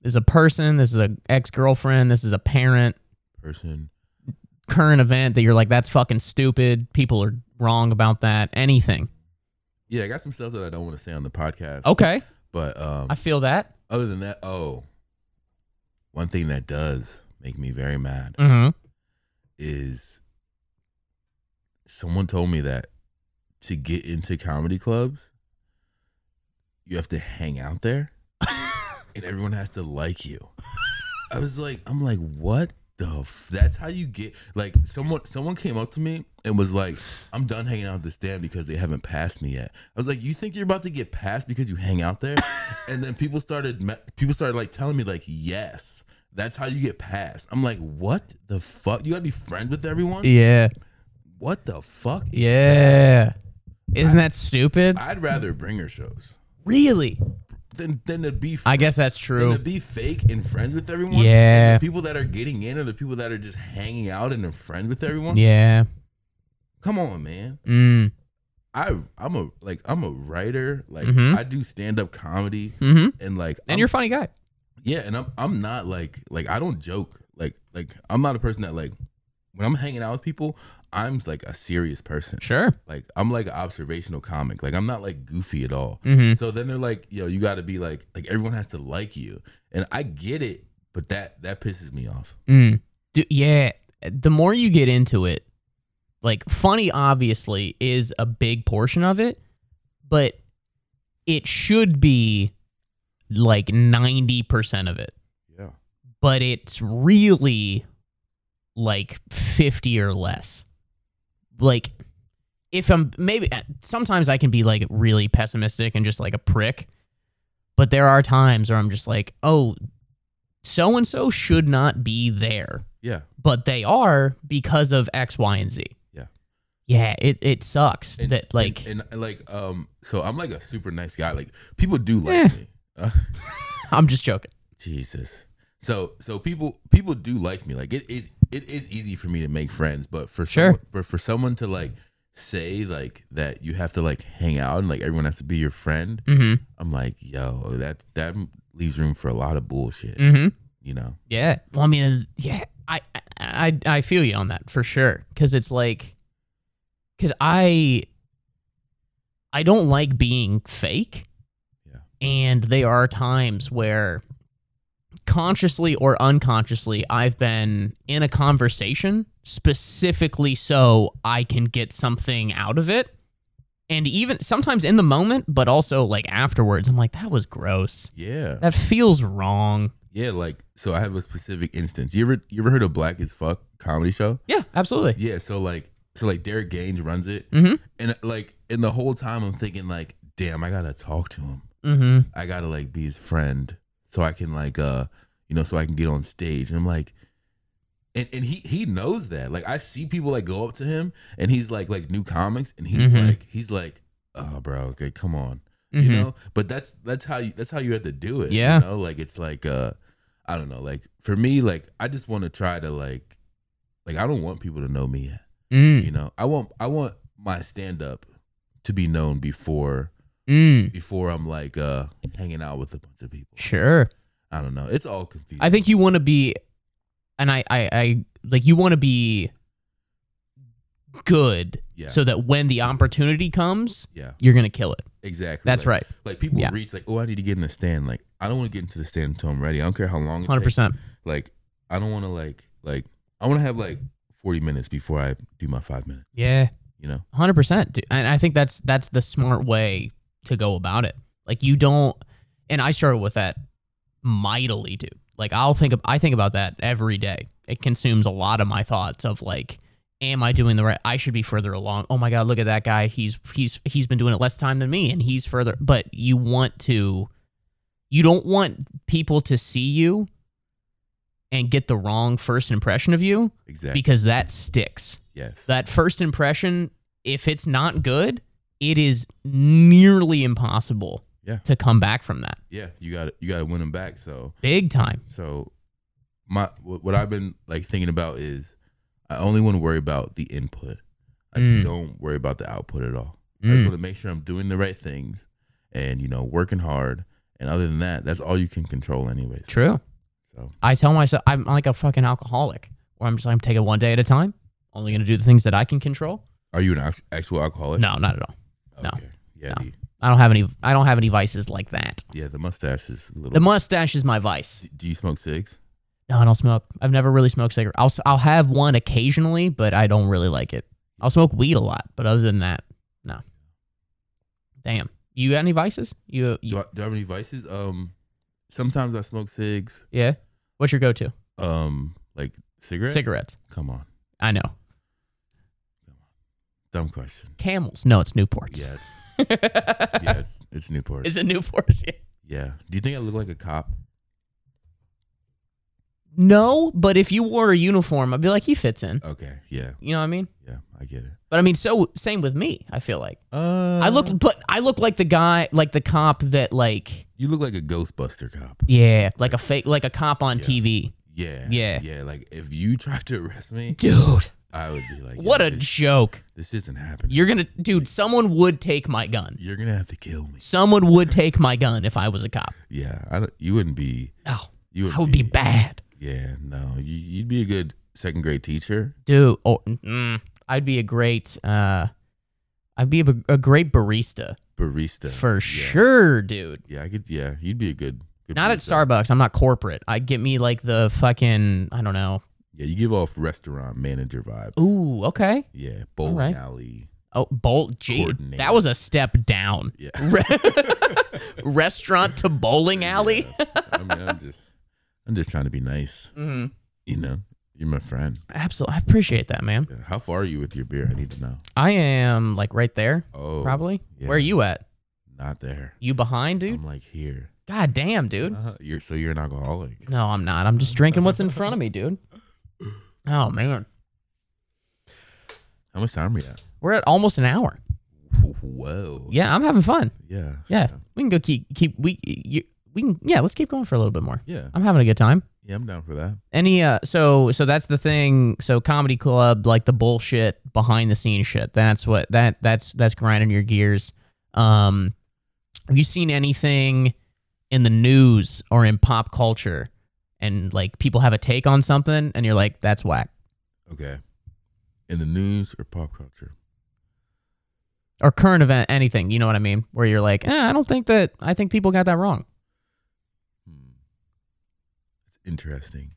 Speaker 1: This is a person. This is a ex girlfriend. This is a parent.
Speaker 2: Person.
Speaker 1: Current event that you're like that's fucking stupid. People are wrong about that. Anything.
Speaker 2: Yeah, I got some stuff that I don't want to say on the podcast.
Speaker 1: Okay.
Speaker 2: But um,
Speaker 1: I feel that.
Speaker 2: other than that, oh, one thing that does make me very mad
Speaker 1: Mm-hmm.
Speaker 2: is someone told me that to get into comedy clubs, you have to hang out there and everyone has to like you. I was like, I'm like, what the f-? that's how you get like someone someone came up to me and was like, I'm done hanging out at the stand because they haven't passed me yet. I was like, you think you're about to get passed because you hang out there? and then people started me- people started like telling me like, yes. That's how you get passed. I'm like, what the fuck? You gotta be friends with everyone?
Speaker 1: Yeah.
Speaker 2: What the fuck? is that?
Speaker 1: Yeah. Isn't that stupid?
Speaker 2: I'd rather bring her shows
Speaker 1: Really?
Speaker 2: than than to be
Speaker 1: I guess that's
Speaker 2: than to
Speaker 1: true.
Speaker 2: be fake and friends with everyone.
Speaker 1: Yeah.
Speaker 2: And the people that are getting in are the people that are just hanging out and are friends with everyone.
Speaker 1: Yeah.
Speaker 2: Come on, man.
Speaker 1: Mm.
Speaker 2: I I'm a like I'm a writer. Like
Speaker 1: Mhm.
Speaker 2: I do stand up comedy
Speaker 1: hmm And
Speaker 2: and like I'm,
Speaker 1: you're a funny guy.
Speaker 2: yeah, and I'm I'm not like like I don't joke. Like like I'm not a person that like when I'm hanging out with people, I'm like a serious person.
Speaker 1: Sure.
Speaker 2: Like I'm like an observational comic. Like I'm not like goofy at all.
Speaker 1: Mm-hmm.
Speaker 2: So then they're like, yo, you got to be like, like everyone has to like you, and I get it, but that that pisses me off.
Speaker 1: Mm. Do, yeah. The more you get into it, like funny obviously is a big portion of it, but it should be like 90% of it.
Speaker 2: Yeah,
Speaker 1: But it's really like 50 or less. Like if I'm maybe uh, sometimes I can be like really pessimistic and just like a prick, but there are times where I'm just like, "Oh, so and so should not be there."
Speaker 2: yeah.
Speaker 1: but they are because of X, Y, and Z.
Speaker 2: Yeah.
Speaker 1: Yeah, it, it sucks
Speaker 2: And-
Speaker 1: that like
Speaker 2: and, and, like um, so I'm like a super nice guy. Like people do like
Speaker 1: Yeah.
Speaker 2: me. Uh,
Speaker 1: I'm just joking.
Speaker 2: Jesus. So so people people do like me. Like it is it is easy for me to make friends, but for
Speaker 1: Sure.
Speaker 2: someone- but for someone to like say like that you have to like hang out and like everyone has to be your friend.
Speaker 1: Mm-hmm.
Speaker 2: I'm like, yo, that that leaves room for a lot of bullshit.
Speaker 1: Mm-hmm.
Speaker 2: You know.
Speaker 1: Yeah. Well, I mean, yeah, I I I, I feel you on that for sure because it's like because I I don't like being fake.
Speaker 2: Yeah.
Speaker 1: And there are times where consciously or unconsciously I've been in a conversation specifically so I can get something out of it. And even sometimes in the moment, but also like afterwards, I'm like, that was gross.
Speaker 2: Yeah.
Speaker 1: That feels wrong.
Speaker 2: Yeah, like so I have a specific instance. You ever you ever heard of Black as Fuck comedy show?
Speaker 1: Yeah, absolutely.
Speaker 2: Yeah, so like so like Derek Gaines runs it
Speaker 1: Mhm.
Speaker 2: and like and the whole time I'm thinking like, damn, I gotta talk to him.
Speaker 1: Mm-hmm.
Speaker 2: I gotta like be his friend so I can like uh you know, so I can get on stage. And I'm like and, and he he knows that. Like I see people like go up to him and he's like like new comics and he's
Speaker 1: Mhm.
Speaker 2: like he's like, Oh bro, okay, come on
Speaker 1: Mhm.
Speaker 2: you know but that's that's how you that's how you have to do it
Speaker 1: Yeah.
Speaker 2: you know like it's like uh i don't know like for me like i just want to try to like like i don't want people to know me yet
Speaker 1: Mm,
Speaker 2: you know i want i want my stand up to be known before
Speaker 1: mm,
Speaker 2: before i'm like uh hanging out with a bunch of people
Speaker 1: sure.
Speaker 2: i don't know it's all confusing
Speaker 1: I think you want to be, and I, I, I like you want to be good,
Speaker 2: yeah
Speaker 1: so that when the opportunity comes,
Speaker 2: yeah
Speaker 1: you're gonna kill it.
Speaker 2: exactly
Speaker 1: That's right,
Speaker 2: Like- like people
Speaker 1: Yeah.
Speaker 2: reach like oh i need to get in the stand like i don't want to get into the stand until i'm ready i don't care how long it
Speaker 1: hundred
Speaker 2: takes
Speaker 1: percent.
Speaker 2: like I don't want to like like I want to have like 40 minutes before I do my 5 minutes,
Speaker 1: Yeah,
Speaker 2: you know.
Speaker 1: hundred percent. And I think that's that's the smart way to go about it. Like you don't, and I struggle with that mightily too. Like I'll think of, I think about that every day. It consumes a lot of my thoughts of like, am I doing the right? I should be further along. Oh my god, look at that guy. He's he's he's been doing it less time than me, and he's further. But you want to, you don't want people to see you and get the wrong first impression of you
Speaker 2: Exactly.
Speaker 1: because that sticks.
Speaker 2: yes.
Speaker 1: That first impression, if it's not good, it is nearly impossible
Speaker 2: Yeah.
Speaker 1: to come back from that.
Speaker 2: yeah. You got to you got to win them back. So
Speaker 1: Big time.
Speaker 2: so my wh- what I've been like thinking about is I only want to worry about the input. I
Speaker 1: Mm.
Speaker 2: don't worry about the output at all. I just
Speaker 1: Mm.
Speaker 2: want to make sure I'm doing the right things and you know working hard. And other than that, that's all you can control, anyways.
Speaker 1: True.
Speaker 2: So
Speaker 1: I tell myself I'm like a fucking alcoholic, where I'm just like I'm taking one day at a time. Only gonna do the things that I can control.
Speaker 2: are you an act- actual alcoholic?
Speaker 1: No, not at all. no.
Speaker 2: Yeah.
Speaker 1: No.
Speaker 2: The,
Speaker 1: I don't have any. I don't have any vices like that.
Speaker 2: yeah. The mustache is a little.
Speaker 1: The mustache is my vice.
Speaker 2: D- do you smoke cigs?
Speaker 1: No, I don't smoke. I've never really smoked cigarette. I'll s- I'll have one occasionally, but I don't really like it. I'll smoke weed a lot, but other than that, no. Damn, you got any vices? You,
Speaker 2: Do
Speaker 1: you
Speaker 2: I, do I have any vices? Um, sometimes I smoke cigs.
Speaker 1: yeah. What's your go-to?
Speaker 2: Um, like cigarette.
Speaker 1: Cigarettes.
Speaker 2: Come on,
Speaker 1: I know.
Speaker 2: dumb question.
Speaker 1: Camels. No, it's Newports.
Speaker 2: Yeah, it's yeah, it's, it's Newport.
Speaker 1: Is it Newports? Yeah.
Speaker 2: yeah. Do you think I look like a cop?
Speaker 1: No, but if you wore a uniform, I'd be like, he fits in.
Speaker 2: Okay. Yeah.
Speaker 1: You know what I mean?
Speaker 2: Yeah. I get it.
Speaker 1: But I mean, so same with me. I feel like
Speaker 2: Uh,
Speaker 1: I look, but I look like the guy, like the cop that, like,
Speaker 2: You look like a Ghostbuster cop.
Speaker 1: yeah, like a fake, like a cop on
Speaker 2: Yeah.
Speaker 1: TV,
Speaker 2: Yeah.
Speaker 1: Yeah.
Speaker 2: Yeah. Like if you tried to arrest me,
Speaker 1: dude.
Speaker 2: I would be like, yo,
Speaker 1: What a
Speaker 2: this,
Speaker 1: joke!
Speaker 2: this isn't happening. You're,
Speaker 1: You're gonna, dude. Someone would take my gun.
Speaker 2: gonna have to kill me.
Speaker 1: Someone would take my gun if I was a cop.
Speaker 2: Yeah. I don't. You wouldn't be.
Speaker 1: Oh,
Speaker 2: You would.
Speaker 1: I would be bad,
Speaker 2: Yeah. No. You, you'd be a good second grade teacher.
Speaker 1: dude. Oh, mm, I'd be a great, uh, I'd be a, a great barista
Speaker 2: Barista.
Speaker 1: for
Speaker 2: yeah.
Speaker 1: sure, dude.
Speaker 2: Yeah. I could. Yeah. You'd be a good. good
Speaker 1: Not at
Speaker 2: barista.
Speaker 1: Starbucks. I'm not corporate. I get me like the fucking, I don't know.
Speaker 2: Yeah. You give off restaurant manager vibes.
Speaker 1: Ooh, okay.
Speaker 2: Yeah. Bowling
Speaker 1: right.
Speaker 2: alley.
Speaker 1: Oh, Bolt G.
Speaker 2: Coordinator.
Speaker 1: That was a step down.
Speaker 2: Yeah.
Speaker 1: Restaurant to bowling alley.
Speaker 2: Yeah. I mean, I'm just, I'm just trying to be nice.
Speaker 1: hmm
Speaker 2: You know, you're my friend.
Speaker 1: Absolutely. I appreciate that, man.
Speaker 2: Yeah. How far are you with your beer? I need to know.
Speaker 1: I am like right there,
Speaker 2: Oh,
Speaker 1: probably.
Speaker 2: yeah.
Speaker 1: Where are you at?
Speaker 2: Not there.
Speaker 1: You behind, dude?
Speaker 2: I'm like here.
Speaker 1: God damn, dude.
Speaker 2: Uh, you're so you're an alcoholic.
Speaker 1: No, I'm not. I'm just drinking what's in front of me, dude. Oh, man.
Speaker 2: How much time are we at?
Speaker 1: We're at almost an hour.
Speaker 2: Whoa.
Speaker 1: Yeah, I'm having fun.
Speaker 2: Yeah.
Speaker 1: Yeah. We can go keep, keep, we, you, we can, yeah, let's keep going for a little bit more.
Speaker 2: Yeah.
Speaker 1: I'm having a good time.
Speaker 2: Yeah. I'm down for that.
Speaker 1: any uh so so that's the thing so comedy club like the bullshit behind the scenes shit that's what that that's that's grinding your gears um have you seen anything in the news or in pop culture and like people have a take on something and you're like that's whack
Speaker 2: Okay. In the news or pop culture?
Speaker 1: or current event anything you know what i mean where you're like eh, i don't think that i think people got that wrong
Speaker 2: Hmm. It's interesting.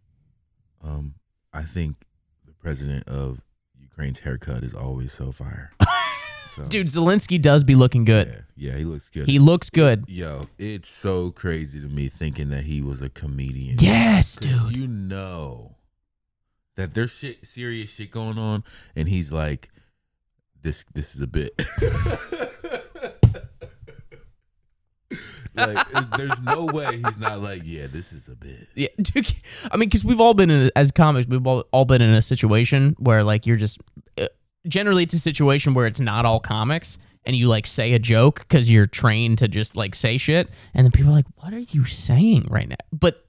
Speaker 2: Um, I think the president of Ukraine's haircut is always so fire. So,
Speaker 1: dude zelensky does be looking good
Speaker 2: Yeah, yeah, he looks good.
Speaker 1: he looks good
Speaker 2: Yo, it's so crazy to me thinking that he was a comedian.
Speaker 1: yes
Speaker 2: 'Cause
Speaker 1: dude
Speaker 2: You know that there's shit, serious shit going on, and he's like, "This, this is a bit." like, it's- there's no way he's not like, "Yeah, this is a bit."
Speaker 1: Yeah, dude, I mean, because we've all been in, as comics, we've all, all been in a situation where like you're just uh, generally it's a situation where it's not all comics, and you like say a joke because you're trained to just like say shit, and then people are like, "What are you saying right now?" But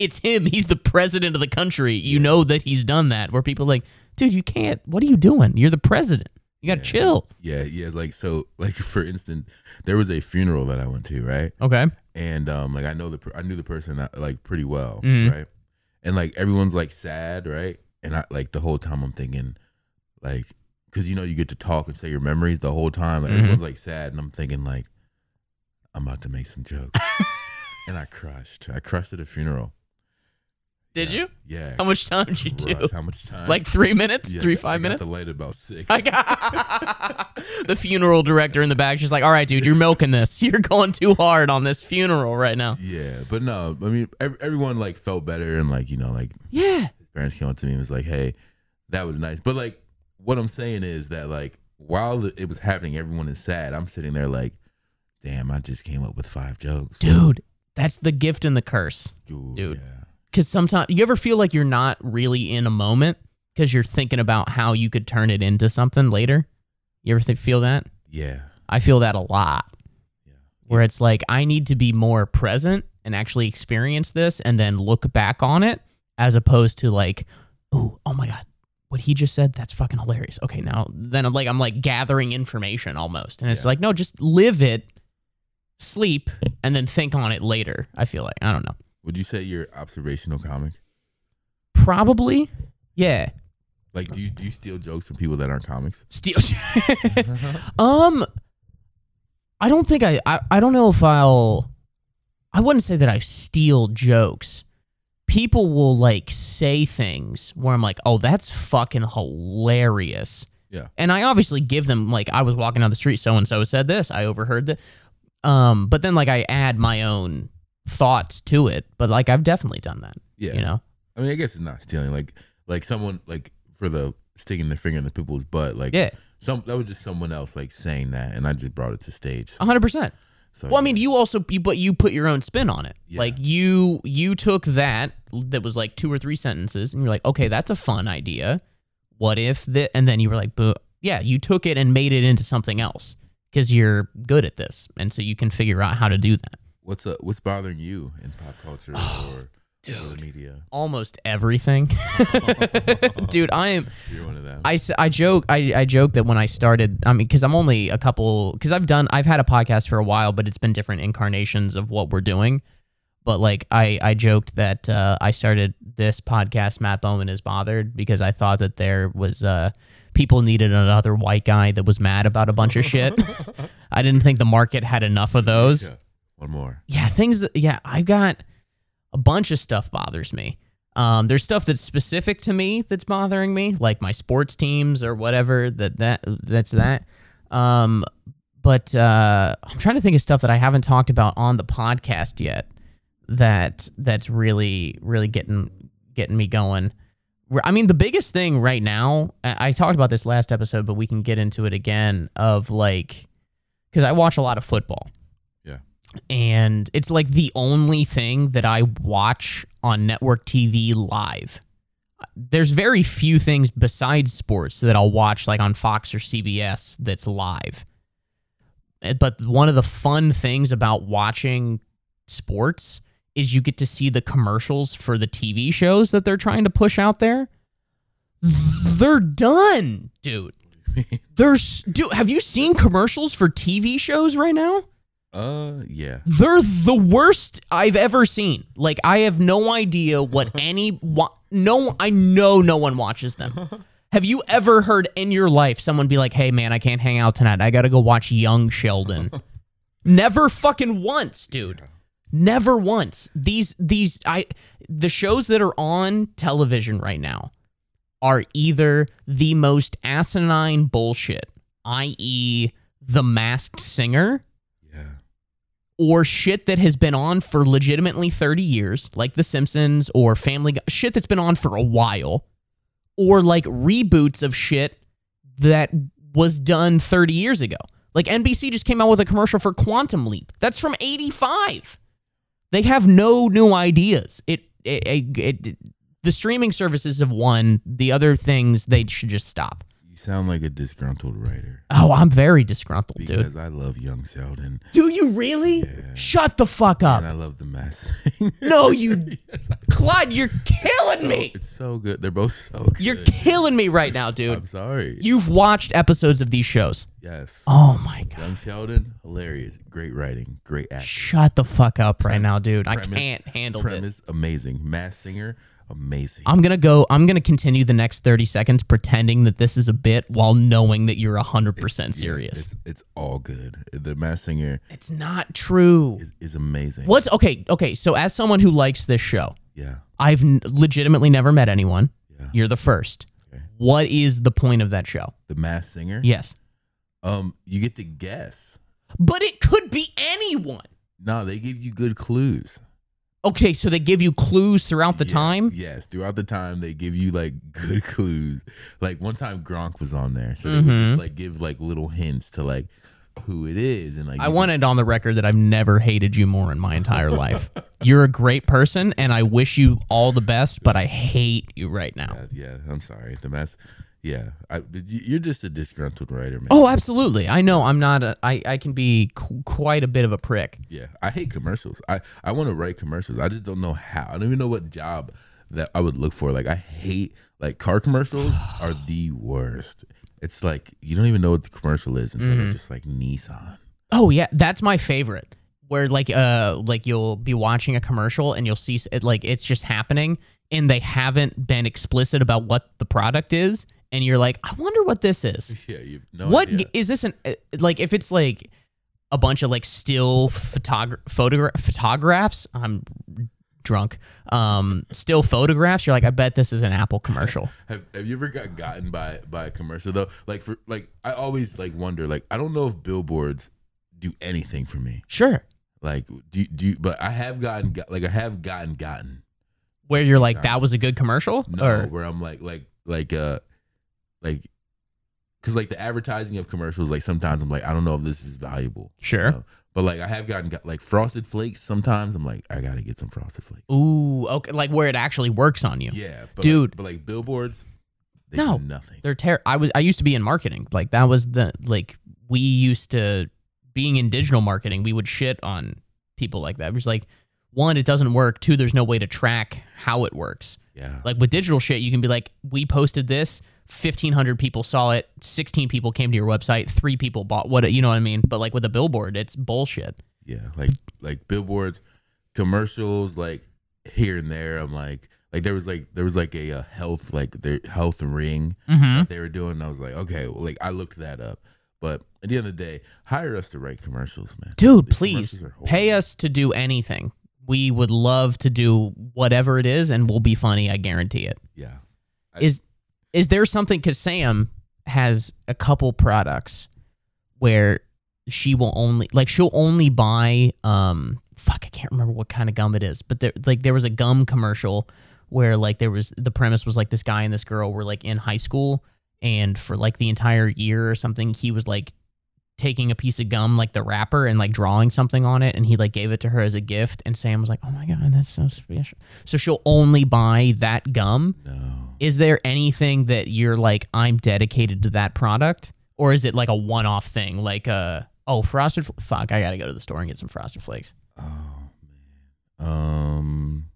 Speaker 1: it's him. He's the president of the country. You know that he's done that. Where people are like, "Dude, you can't. What are you doing? You're the president. You gotta
Speaker 2: Yeah.
Speaker 1: chill."
Speaker 2: Yeah, yeah. It's like so, like for instance, there was a funeral that I went to, right?
Speaker 1: Okay.
Speaker 2: and um like I know the per- I knew the person that, like pretty well,
Speaker 1: Mhm.
Speaker 2: right? And like everyone's like sad, right? And I like the whole time I'm thinking like cuz you know you get to talk and say your memories the whole time like
Speaker 1: Mhm.
Speaker 2: everyone's like sad and I'm thinking like I'm about to make some jokes. and I crushed. I crushed at a funeral.
Speaker 1: Did
Speaker 2: Yeah.
Speaker 1: you?
Speaker 2: Yeah.
Speaker 1: How much time did you do?
Speaker 2: crushed. How much time?
Speaker 1: Like three minutes?
Speaker 2: Yeah,
Speaker 1: three
Speaker 2: I
Speaker 1: five
Speaker 2: got
Speaker 1: minutes?
Speaker 2: The light at about 6.
Speaker 1: I got the funeral director in the back. She's like, "All right, dude, you're milking this. You're going too hard on this funeral right now."
Speaker 2: yeah, but no, I mean ev- everyone like felt better and like, you know, like
Speaker 1: Yeah,
Speaker 2: his parents came up to me and was like, "Hey, that was nice." But like what I'm saying is that like while it was happening, everyone is sad. I'm sitting there like, damn, I just came up with five jokes,
Speaker 1: Dude, that's the gift and the curse.
Speaker 2: Ooh,
Speaker 1: dude.
Speaker 2: yeah.
Speaker 1: Because sometimes you ever feel like you're not really in a moment because you're thinking about how you could turn it into something later. You ever th- feel that?
Speaker 2: yeah,
Speaker 1: I feel that a lot.
Speaker 2: yeah,
Speaker 1: where it's like I need to be more present and actually experience this and then look back on it as opposed to like, oh, oh my god, what he just said, that's fucking hilarious. Okay, now then I'm like I'm like gathering information almost. And it's
Speaker 2: Yeah.
Speaker 1: like, no, just live it, sleep, and then think on it later. I feel like I don't know.
Speaker 2: Would you say you're observational comic?
Speaker 1: Probably. Yeah.
Speaker 2: Like, do you do you steal jokes from people that aren't comics?
Speaker 1: Steal Um, I don't think I, I. I don't know if I'll. I wouldn't say that I steal jokes. People will like say things where I'm like, "Oh, that's fucking hilarious."
Speaker 2: Yeah.
Speaker 1: And I obviously give them like I was walking down the street, so and so said this. I overheard that. Um, but then like I add my own thoughts to it. But like I've definitely done that.
Speaker 2: yeah,
Speaker 1: You know.
Speaker 2: I mean, I guess it's not stealing. Like, like someone like for the sticking their finger in the people's butt. Like,
Speaker 1: Yeah.
Speaker 2: some that was just someone else like saying that, and I just brought it to stage.
Speaker 1: A hundred percent.
Speaker 2: So,
Speaker 1: Well, I mean, you also you, but you put your own spin on it.
Speaker 2: Yeah.
Speaker 1: Like you you took that that was like two or three sentences, and you're like, okay, that's a fun idea. What if that? And then you were like, but yeah, you took it and made it into something else because you're good at this, and so you can figure out how to do that.
Speaker 2: what's up? What's bothering you in pop culture
Speaker 1: Oh,
Speaker 2: or, or the media?
Speaker 1: Almost everything, dude. I am.
Speaker 2: You're one of them.
Speaker 1: I, s- I joke I, I joke that when I started I mean because I'm only a couple because I've done I've had a podcast for a while but it's been different incarnations of what we're doing but like I I joked that uh, I started this podcast Matt Bowman is bothered because I thought that there was uh people needed another white guy that was mad about a bunch of shit I didn't think the market had enough of those
Speaker 2: Yeah. One more.
Speaker 1: yeah things that yeah i've got a bunch of stuff bothers me um there's stuff that's specific to me that's bothering me like my sports teams or whatever that that that's that um but uh i'm trying to think of stuff that i haven't talked about on the podcast yet that that's really really getting getting me going Re- i mean the biggest thing right now i, I talked about this last episode but we can get into it again of like because i watch a lot of football and it's like the only thing that I watch on network TV live. There's very few things besides sports that I'll watch like on Fox or CBS that's live. Eh, But one of the fun things about watching sports is you get to see the commercials for the TV shows that they're trying to push out there. They're done, dude. There's dude, have you seen commercials for TV shows right now?
Speaker 2: uh, yeah.
Speaker 1: They're the worst I've ever seen. Like I have no idea what any wa- no I know no one watches them. Have you ever heard in your life someone be like, "Hey man, I can't hang out tonight. I got to go watch Young Sheldon." Never fucking once, dude. Never once. These these I the shows that are on television right now are either the most asinine bullshit, i.e. The Masked Singer,
Speaker 2: Yeah.
Speaker 1: or shit that has been on for legitimately 30 years, like The Simpsons or Family Guy, shit that's been on for a while, or like reboots of shit that was done 30 years ago. Like NBC just came out with a commercial for Quantum Leap. That's from 85. They have no new ideas. It it, it, it the streaming services have won. The other things they should just stop.
Speaker 2: You sound like a disgruntled writer
Speaker 1: Oh, I'm very disgruntled, dude.
Speaker 2: because I love Young Sheldon
Speaker 1: Do you really?
Speaker 2: Yeah.
Speaker 1: Shut the fuck up.
Speaker 2: and I love the mess.
Speaker 1: No, you,
Speaker 2: Yes, I-
Speaker 1: Clyde, you're killing me.
Speaker 2: it's so good. They're both so good.
Speaker 1: You're killing me right now, dude.
Speaker 2: I'm sorry.
Speaker 1: You've watched episodes of these shows.
Speaker 2: yes.
Speaker 1: Oh my god.
Speaker 2: Young Sheldon, hilarious. Great writing. Great acting.
Speaker 1: Shut the fuck up right now, dude. I
Speaker 2: Premise-
Speaker 1: can't handle this.
Speaker 2: Premise, amazing. Mass singer, amazing.
Speaker 1: I'm gonna go. I'm gonna continue the next 30 seconds pretending that this is a bit while knowing that you're 100%
Speaker 2: Yeah,
Speaker 1: serious.
Speaker 2: it's, it's all good. The mass singer
Speaker 1: It's not true.
Speaker 2: is, is amazing.
Speaker 1: What's okay? Okay, so as someone who likes this show,
Speaker 2: Yeah.
Speaker 1: I've n- legitimately never met anyone.
Speaker 2: Yeah.
Speaker 1: You're the first.
Speaker 2: Okay.
Speaker 1: What is the point of that show?
Speaker 2: The mass singer.
Speaker 1: Yes.
Speaker 2: Um, you get to guess.
Speaker 1: But it could be anyone.
Speaker 2: No, they give you good clues.
Speaker 1: Okay, so they give you clues throughout the
Speaker 2: Yeah,
Speaker 1: time.
Speaker 2: Yes, throughout the time they give you like good clues. Like one time Gronk was on there, so they would just
Speaker 1: Mhm.
Speaker 2: like give like little hints to like who it is and like
Speaker 1: I
Speaker 2: you
Speaker 1: want it on the record that I've never hated you more in my entire life. You're a great person, and I wish you all the best, but I hate you right now.
Speaker 2: Uh, yeah, I'm sorry. The mess. Yeah, I, but you- you're just a disgruntled writer, man.
Speaker 1: Oh, absolutely. I know I'm not. A, I I can be qu- quite a bit of a prick.
Speaker 2: Yeah, I hate commercials. I I want to write commercials. I just don't know how. I don't even know what job that I would look for. Like I hate like car commercials are the worst. It's like you don't even know what the commercial is until they're just like Nissan.
Speaker 1: Oh yeah, that's my favorite. Where like uh like you'll be watching a commercial and you'll see s- it, like it's just happening and they haven't been explicit about what the product is and you're like, I wonder what this is.
Speaker 2: Yeah, you have no
Speaker 1: what
Speaker 2: idea.
Speaker 1: g- is this an uh, like if it's like a bunch of like still photog- photogra- photographs i'm drunk um still photographs you're like i bet this is an apple commercial
Speaker 2: Have, have you ever got gotten by by a commercial though? Like for like I always like wonder like I don't know if billboards do anything for me.
Speaker 1: sure
Speaker 2: Like do do you- but I have gotten got, like I have gotten gotten
Speaker 1: where you're like that
Speaker 2: Sometimes.
Speaker 1: was a good commercial
Speaker 2: No,
Speaker 1: or
Speaker 2: where I'm like, like, like, uh, like, because like the advertising of commercials, like sometimes I'm like, I don't know if this is valuable.
Speaker 1: sure
Speaker 2: No. But like, I have gotten got, like frosted flakes. Sometimes I'm like, I gotta get some frosted flakes.
Speaker 1: ooh okay like where it actually works on you
Speaker 2: Yeah, but
Speaker 1: Dude.
Speaker 2: Like, but like billboards, they
Speaker 1: No.
Speaker 2: do nothing.
Speaker 1: they're ter- i was i used to be in marketing like that was the like we used to being in digital marketing we would shit on people like that it was like one it doesn't work two there's no way to track how it works
Speaker 2: Yeah,
Speaker 1: Like with digital shit, you can be like, we posted this, 1,500 people saw it, 16 people came to your website, three people bought what, you know what I mean? But like with a billboard, it's bullshit.
Speaker 2: yeah, like, like billboards, commercials, like here and there. I'm like, like there was like there was like a, uh health like their health ring
Speaker 1: Mm-hmm.
Speaker 2: that they were doing. And I was like, okay, well, like I looked that up. But at the end of the day, hire us to write commercials, man.
Speaker 1: Dude,
Speaker 2: These
Speaker 1: please
Speaker 2: commercials are
Speaker 1: pay
Speaker 2: horrible.
Speaker 1: us to do anything. We would love to do whatever it is and we'll be funny. I guarantee it.
Speaker 2: Yeah. I-
Speaker 1: Is is there something because Sam has a couple products where she will only like she'll only buy um fuck I can't remember what kind of gum it is but there like there was a gum commercial where like there was the premise was like this guy and this girl were like in high school and for like the entire year or something he was like taking a piece of gum like the wrapper and like drawing something on it and he like gave it to her as a gift and Sam was like oh my god that's so special so she'll only buy that gum
Speaker 2: No.
Speaker 1: is there anything that you're like I'm dedicated to that product, or is it like a one-off thing? Like, uh, oh, frosted Fl- fuck, I gotta go to the store and get some frosted flakes.
Speaker 2: Oh man. Um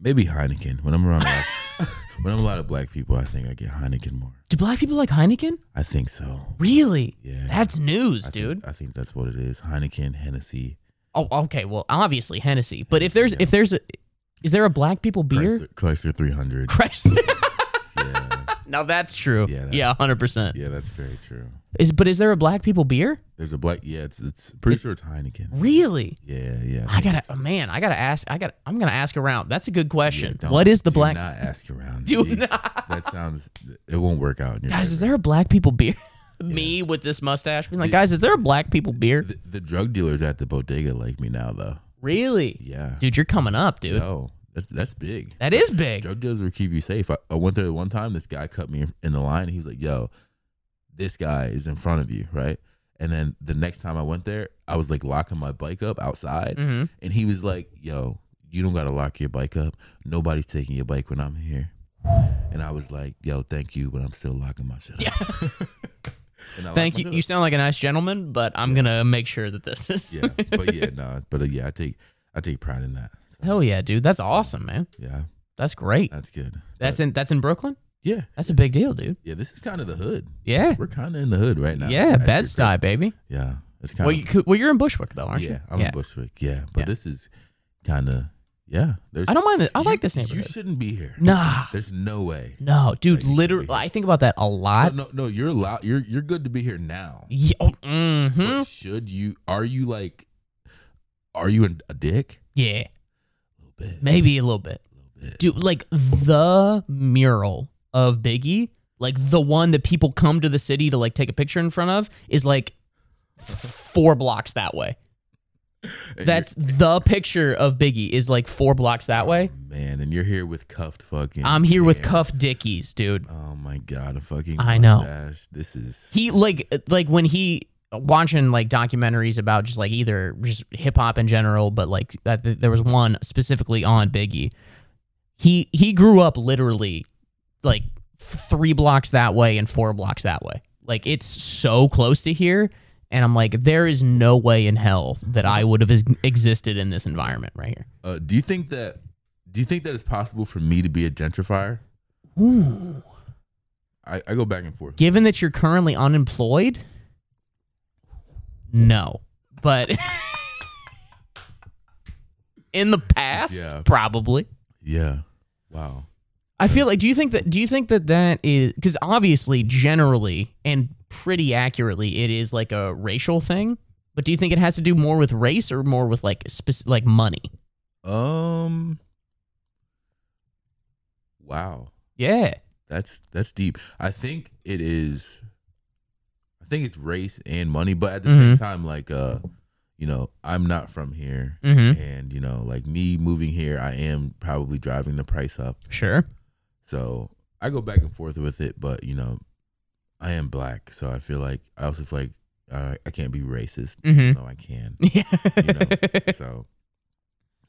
Speaker 2: maybe Heineken. When I'm around black, when I'm a lot of black people, I think I get Heineken more.
Speaker 1: Do black people like Heineken?
Speaker 2: I think so.
Speaker 1: Really?
Speaker 2: Yeah.
Speaker 1: That's
Speaker 2: I
Speaker 1: news,
Speaker 2: think-
Speaker 1: dude.
Speaker 2: I think that's what it is. Heineken, Hennessy,
Speaker 1: Oh, okay. Well, obviously Hennessy, but if there's
Speaker 2: Hennessy,
Speaker 1: if there's a, is there a black people beer?
Speaker 2: Chrysler, Chrysler 300.
Speaker 1: Chrysler.
Speaker 2: yeah.
Speaker 1: now that's true.
Speaker 2: Yeah, that's-
Speaker 1: Yeah, hundred percent.
Speaker 2: Yeah, that's very true.
Speaker 1: Is but is there a black people beer?
Speaker 2: There's a black yeah, it's it's pretty sure it's Heineken.
Speaker 1: Really?
Speaker 2: Yeah, yeah.
Speaker 1: I
Speaker 2: think
Speaker 1: gotta oh,
Speaker 2: it's-
Speaker 1: man, I gotta ask. I got. to I'm gonna ask around. That's a good
Speaker 2: Yeah,
Speaker 1: question.
Speaker 2: don't-
Speaker 1: what is the
Speaker 2: do
Speaker 1: black?
Speaker 2: not ask around.
Speaker 1: Do
Speaker 2: Gee,
Speaker 1: not.
Speaker 2: That sounds. It won't work out. In your
Speaker 1: guys, is
Speaker 2: favor.
Speaker 1: there a black people beer? Me with this mustache, being like, guys, is there a black people beer?
Speaker 2: the, the drug dealers at the bodega like me now though?
Speaker 1: Really,
Speaker 2: Yeah.
Speaker 1: dude, you're coming up, dude.
Speaker 2: No, that's that's big.
Speaker 1: That is big.
Speaker 2: Drug dealers will keep you safe. I, I went there one time. This guy cut me in the line. And he was like, "Yo, this guy is in front of you, right?" And then the next time I went there, I was like locking my bike up outside,
Speaker 1: Mhm.
Speaker 2: and he was like, "Yo, you don't gotta lock your bike up. Nobody's taking your bike when I'm here." And I was like, "Yo, thank you, but I'm still locking my shit up." And I locked
Speaker 1: Thank
Speaker 2: my
Speaker 1: you.
Speaker 2: shit
Speaker 1: You
Speaker 2: up.
Speaker 1: sound like a nice gentleman, but I'm gonna make sure that this is.
Speaker 2: yeah, but yeah, no, but uh, yeah, I take I take pride in that. So,
Speaker 1: Hell yeah, dude. That's awesome, man.
Speaker 2: yeah,
Speaker 1: That's great.
Speaker 2: that's good.
Speaker 1: That's in. That's in Brooklyn.
Speaker 2: Yeah,
Speaker 1: That's a big deal, dude.
Speaker 2: yeah. This is kind of the hood.
Speaker 1: Yeah.
Speaker 2: We're kind of in the hood right now.
Speaker 1: Yeah.
Speaker 2: Actually,
Speaker 1: Bed Stuy, baby.
Speaker 2: pretty- Yeah, it's kind
Speaker 1: Well,
Speaker 2: of.
Speaker 1: you could, well, you're in Bushwick though, aren't
Speaker 2: yeah,
Speaker 1: you?
Speaker 2: I'm in Bushwick. Yeah, but
Speaker 1: Yeah.
Speaker 2: this is kind of yeah. There's.
Speaker 1: I don't mind it. I
Speaker 2: you-
Speaker 1: like this
Speaker 2: You
Speaker 1: neighborhood.
Speaker 2: shouldn't be here.
Speaker 1: Nah.
Speaker 2: There's no way.
Speaker 1: No, dude.
Speaker 2: you should be
Speaker 1: Literally,
Speaker 2: here.
Speaker 1: I think about that a lot.
Speaker 2: no, no, no, you're allowed. You're you're good to be here now.
Speaker 1: Yeah. oh, mhm.
Speaker 2: But should you? Are you like? Are you an- a dick?
Speaker 1: Yeah.
Speaker 2: A little bit.
Speaker 1: Maybe a little bit.
Speaker 2: A little bit.
Speaker 1: dude like the mural of biggie like the one that people come to the city to like take a picture in front of is like f- four blocks that way
Speaker 2: And
Speaker 1: That's the picture of Biggie is like four blocks that
Speaker 2: you're-
Speaker 1: way.
Speaker 2: oh, man, and you're here with cuffed fucking.
Speaker 1: I'm here with Cuff
Speaker 2: hands.
Speaker 1: Dickies, dude.
Speaker 2: Oh my god, a fucking.
Speaker 1: I know.
Speaker 2: mustache. This is
Speaker 1: He like like when he watching like documentaries about just like either just hip hop in general, but like I th- there was one specifically on Biggie. He he grew up literally like f- three blocks that way and four blocks that way. Like it's so close to here, and I'm like, there is no way in hell that I would have ex- existed in this environment right here.
Speaker 2: Uh, do you think that? Do you think that it's possible for me to be a gentrifier?
Speaker 1: Ooh.
Speaker 2: I, I go back and forth.
Speaker 1: Given that you're currently unemployed, no. But in the past,
Speaker 2: Yeah.
Speaker 1: probably.
Speaker 2: Yeah. Wow.
Speaker 1: I feel like do you think that do you think that that is cuz obviously generally and pretty accurately it is like a racial thing, but do you think it has to do more with race or more with like speci- like money?
Speaker 2: Um. Wow.
Speaker 1: Yeah.
Speaker 2: That's that's deep. I think it is. I think it's race and money, but at the same
Speaker 1: Mhm.
Speaker 2: time, like uh, you know, I'm not from here,
Speaker 1: Mhm.
Speaker 2: and you know, like me moving here, I am probably driving the price up.
Speaker 1: Sure.
Speaker 2: So I go back and forth with it, but you know, I am black, so I feel like I also feel like uh, I can't be racist.
Speaker 1: Mhm.
Speaker 2: No, I can.
Speaker 1: Yeah.
Speaker 2: know. so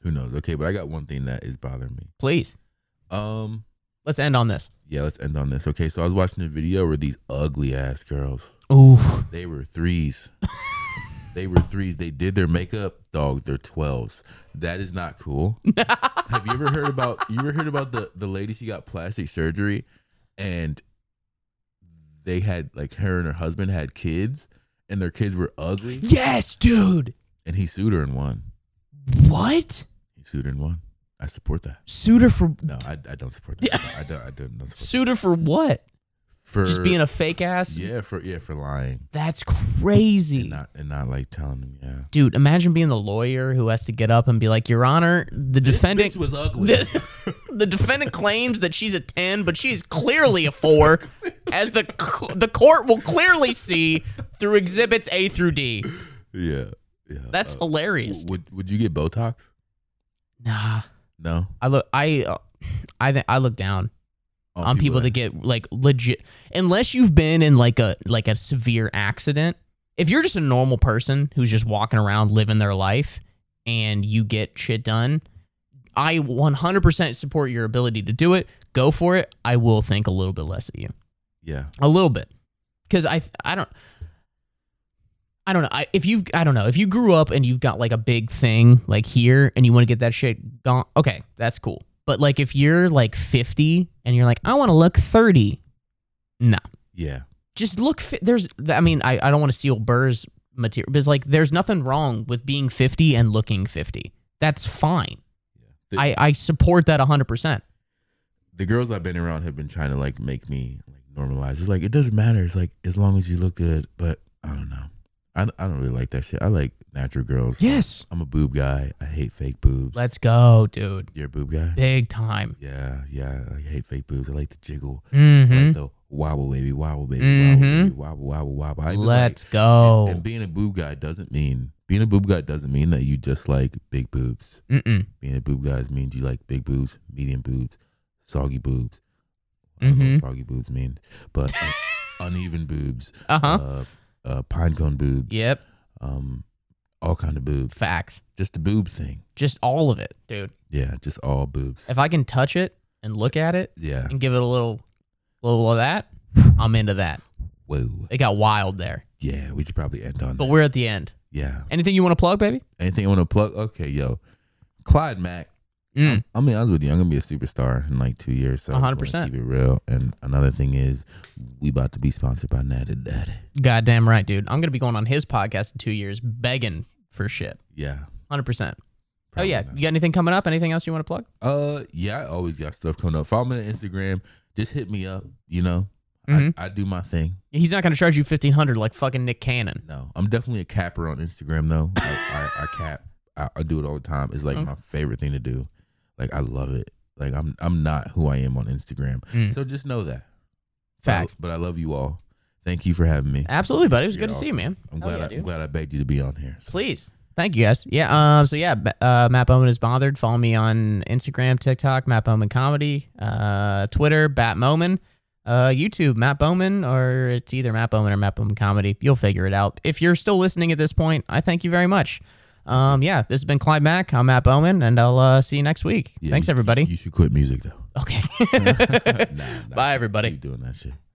Speaker 2: who knows? Okay, but I got one thing that is bothering me.
Speaker 1: Please.
Speaker 2: Um,
Speaker 1: Let's end on this.
Speaker 2: yeah, let's end on this. Okay, so I was watching a video where these ugly ass girls.
Speaker 1: Ooh.
Speaker 2: They were threes. they were threes. They did their makeup, dog. They're twelves. That is not cool. Have you ever heard about you ever heard about the the lady she got plastic surgery, and they had like her and her husband had kids, and their kids were ugly,
Speaker 1: Yes, dude.
Speaker 2: and he sued her and won.
Speaker 1: What?
Speaker 2: He sued her and won. I support that.
Speaker 1: Suitor for
Speaker 2: No, I, I don't support that. I don't. I don't, don't support
Speaker 1: suitor for what?
Speaker 2: that. for
Speaker 1: Just being a fake ass?
Speaker 2: yeah for yeah for lying
Speaker 1: That's
Speaker 2: and uh,
Speaker 1: crazy.
Speaker 2: not and not like telling them yeah.
Speaker 1: Dude, imagine being the lawyer who has to get up and be like, "Your Honor, the defendant
Speaker 2: bitch was ugly.
Speaker 1: the, the defendant claims that she's a 10, but she's clearly a 4, as the c- the court will clearly see through exhibits A through D."
Speaker 2: yeah, yeah.
Speaker 1: That's
Speaker 2: Uh,
Speaker 1: hilarious.
Speaker 2: w- would would you get Botox?
Speaker 1: Nah.
Speaker 2: No.
Speaker 1: I look I uh, I think I look down
Speaker 2: Oh,
Speaker 1: on people that get like legit unless you've been in like a like a severe accident if you're just a normal person who's just walking around living their life and you get shit done i 100% support your ability to do it go for it i will think a little bit less of you
Speaker 2: Yeah.
Speaker 1: a little bit because i i don't i don't know I, if you've i don't know if you grew up and you've got like a big thing like here and you want to get that shit gone okay that's cool but like if you're like 50 and you're like i want to look 30 no
Speaker 2: Yeah.
Speaker 1: just look fi- there's i mean i, I don't want to steal burr's material but it's like there's nothing wrong with being 50 and looking 50 that's fine
Speaker 2: The,
Speaker 1: i i support that 100%
Speaker 2: the girls I've been around have been trying to like make me like normalize. It's like it doesn't matter. It's like as long as you look good. But I don't know. I, I don't really like that shit. I like natural girls.
Speaker 1: yes
Speaker 2: I'm a boob guy. I hate fake boobs.
Speaker 1: let's go dude
Speaker 2: You're a boob guy.
Speaker 1: big time
Speaker 2: Yeah. Yeah. I hate fake boobs. I like the jiggle. I
Speaker 1: hmm
Speaker 2: like the wobble baby, wobble baby,
Speaker 1: Mhm.
Speaker 2: wobble baby, wobble wobble wobble. I even like-
Speaker 1: let's go
Speaker 2: And being a boob guy doesn't mean being a boob guy doesn't mean that you just like big boobs.
Speaker 1: Mm-mm.
Speaker 2: Being a boob guy means you like big boobs, medium boobs, soggy boobs. I don't know what
Speaker 1: Mhm.
Speaker 2: soggy boobs means, but uh, uneven boobs,
Speaker 1: Uh huh.
Speaker 2: uh, uh, pine cone boobs,
Speaker 1: yep.
Speaker 2: um, all kind of boobs.
Speaker 1: Facts.
Speaker 2: Just the boob thing.
Speaker 1: Just all of it, dude.
Speaker 2: Yeah, just all boobs.
Speaker 1: If I can touch it and look at it
Speaker 2: yeah.
Speaker 1: and give it a little, little of that, I'm into that.
Speaker 2: Whoa.
Speaker 1: It got wild there,
Speaker 2: Yeah, we should probably end on
Speaker 1: but
Speaker 2: that.
Speaker 1: we're at the end.
Speaker 2: Yeah.
Speaker 1: Anything you want to plug, baby?
Speaker 2: Anything I want to plug? Okay, yo. Clyde Mack.
Speaker 1: Mm.
Speaker 2: I'm gonna be honest with you. I'm gonna be a superstar in like two years. So I just wanna
Speaker 1: 100%.
Speaker 2: Keep it real. And another thing is, we about to be sponsored by Natty Daddy.
Speaker 1: Goddamn right, dude. I'm gonna be going on his podcast in two years, begging for shit.
Speaker 2: Yeah.
Speaker 1: Hundred percent. Oh
Speaker 2: probably
Speaker 1: yeah.
Speaker 2: not.
Speaker 1: You got anything coming up? Anything else you want to plug?
Speaker 2: Uh, yeah. I always got stuff coming up. Follow me on Instagram. Just hit me up. You know,
Speaker 1: Mhm.
Speaker 2: I, I do my thing.
Speaker 1: He's not gonna charge you fifteen hundred like fucking Nick Cannon.
Speaker 2: No, I'm definitely a capper on Instagram though. I, I, I cap. I, I do it all the time. It's like
Speaker 1: Mm.
Speaker 2: my favorite thing to do. Like I love it. Like I'm I'm not who I am on Instagram.
Speaker 1: Mm.
Speaker 2: So just know that.
Speaker 1: Facts.
Speaker 2: But I love you all. Thank you for having me.
Speaker 1: Absolutely, buddy. It was
Speaker 2: You're
Speaker 1: good to see you,
Speaker 2: awesome.
Speaker 1: man.
Speaker 2: I'm
Speaker 1: Hell
Speaker 2: glad
Speaker 1: yeah,
Speaker 2: I,
Speaker 1: dude.
Speaker 2: am glad I begged you to be on here. So
Speaker 1: Please. Thank you guys. Yeah. Um. So yeah. b- Uh, Matt Bowman is bothered. Follow me on Instagram, TikTok, Matt Bowman Comedy, uh, Twitter, Bat Bowman, uh, YouTube, Matt Bowman, or it's either Matt Bowman or Matt Bowman Comedy. You'll figure it out. If you're still listening at this point, I thank you very much. Um. Yeah. This has been Clyde Mack. I'm Matt Bowman, and I'll uh, see you next week.
Speaker 2: Yeah,
Speaker 1: Thanks
Speaker 2: you-
Speaker 1: everybody.
Speaker 2: You should quit music though.
Speaker 1: okay.
Speaker 2: Nah, nah,
Speaker 1: Bye everybody.
Speaker 2: Keep doing that shit.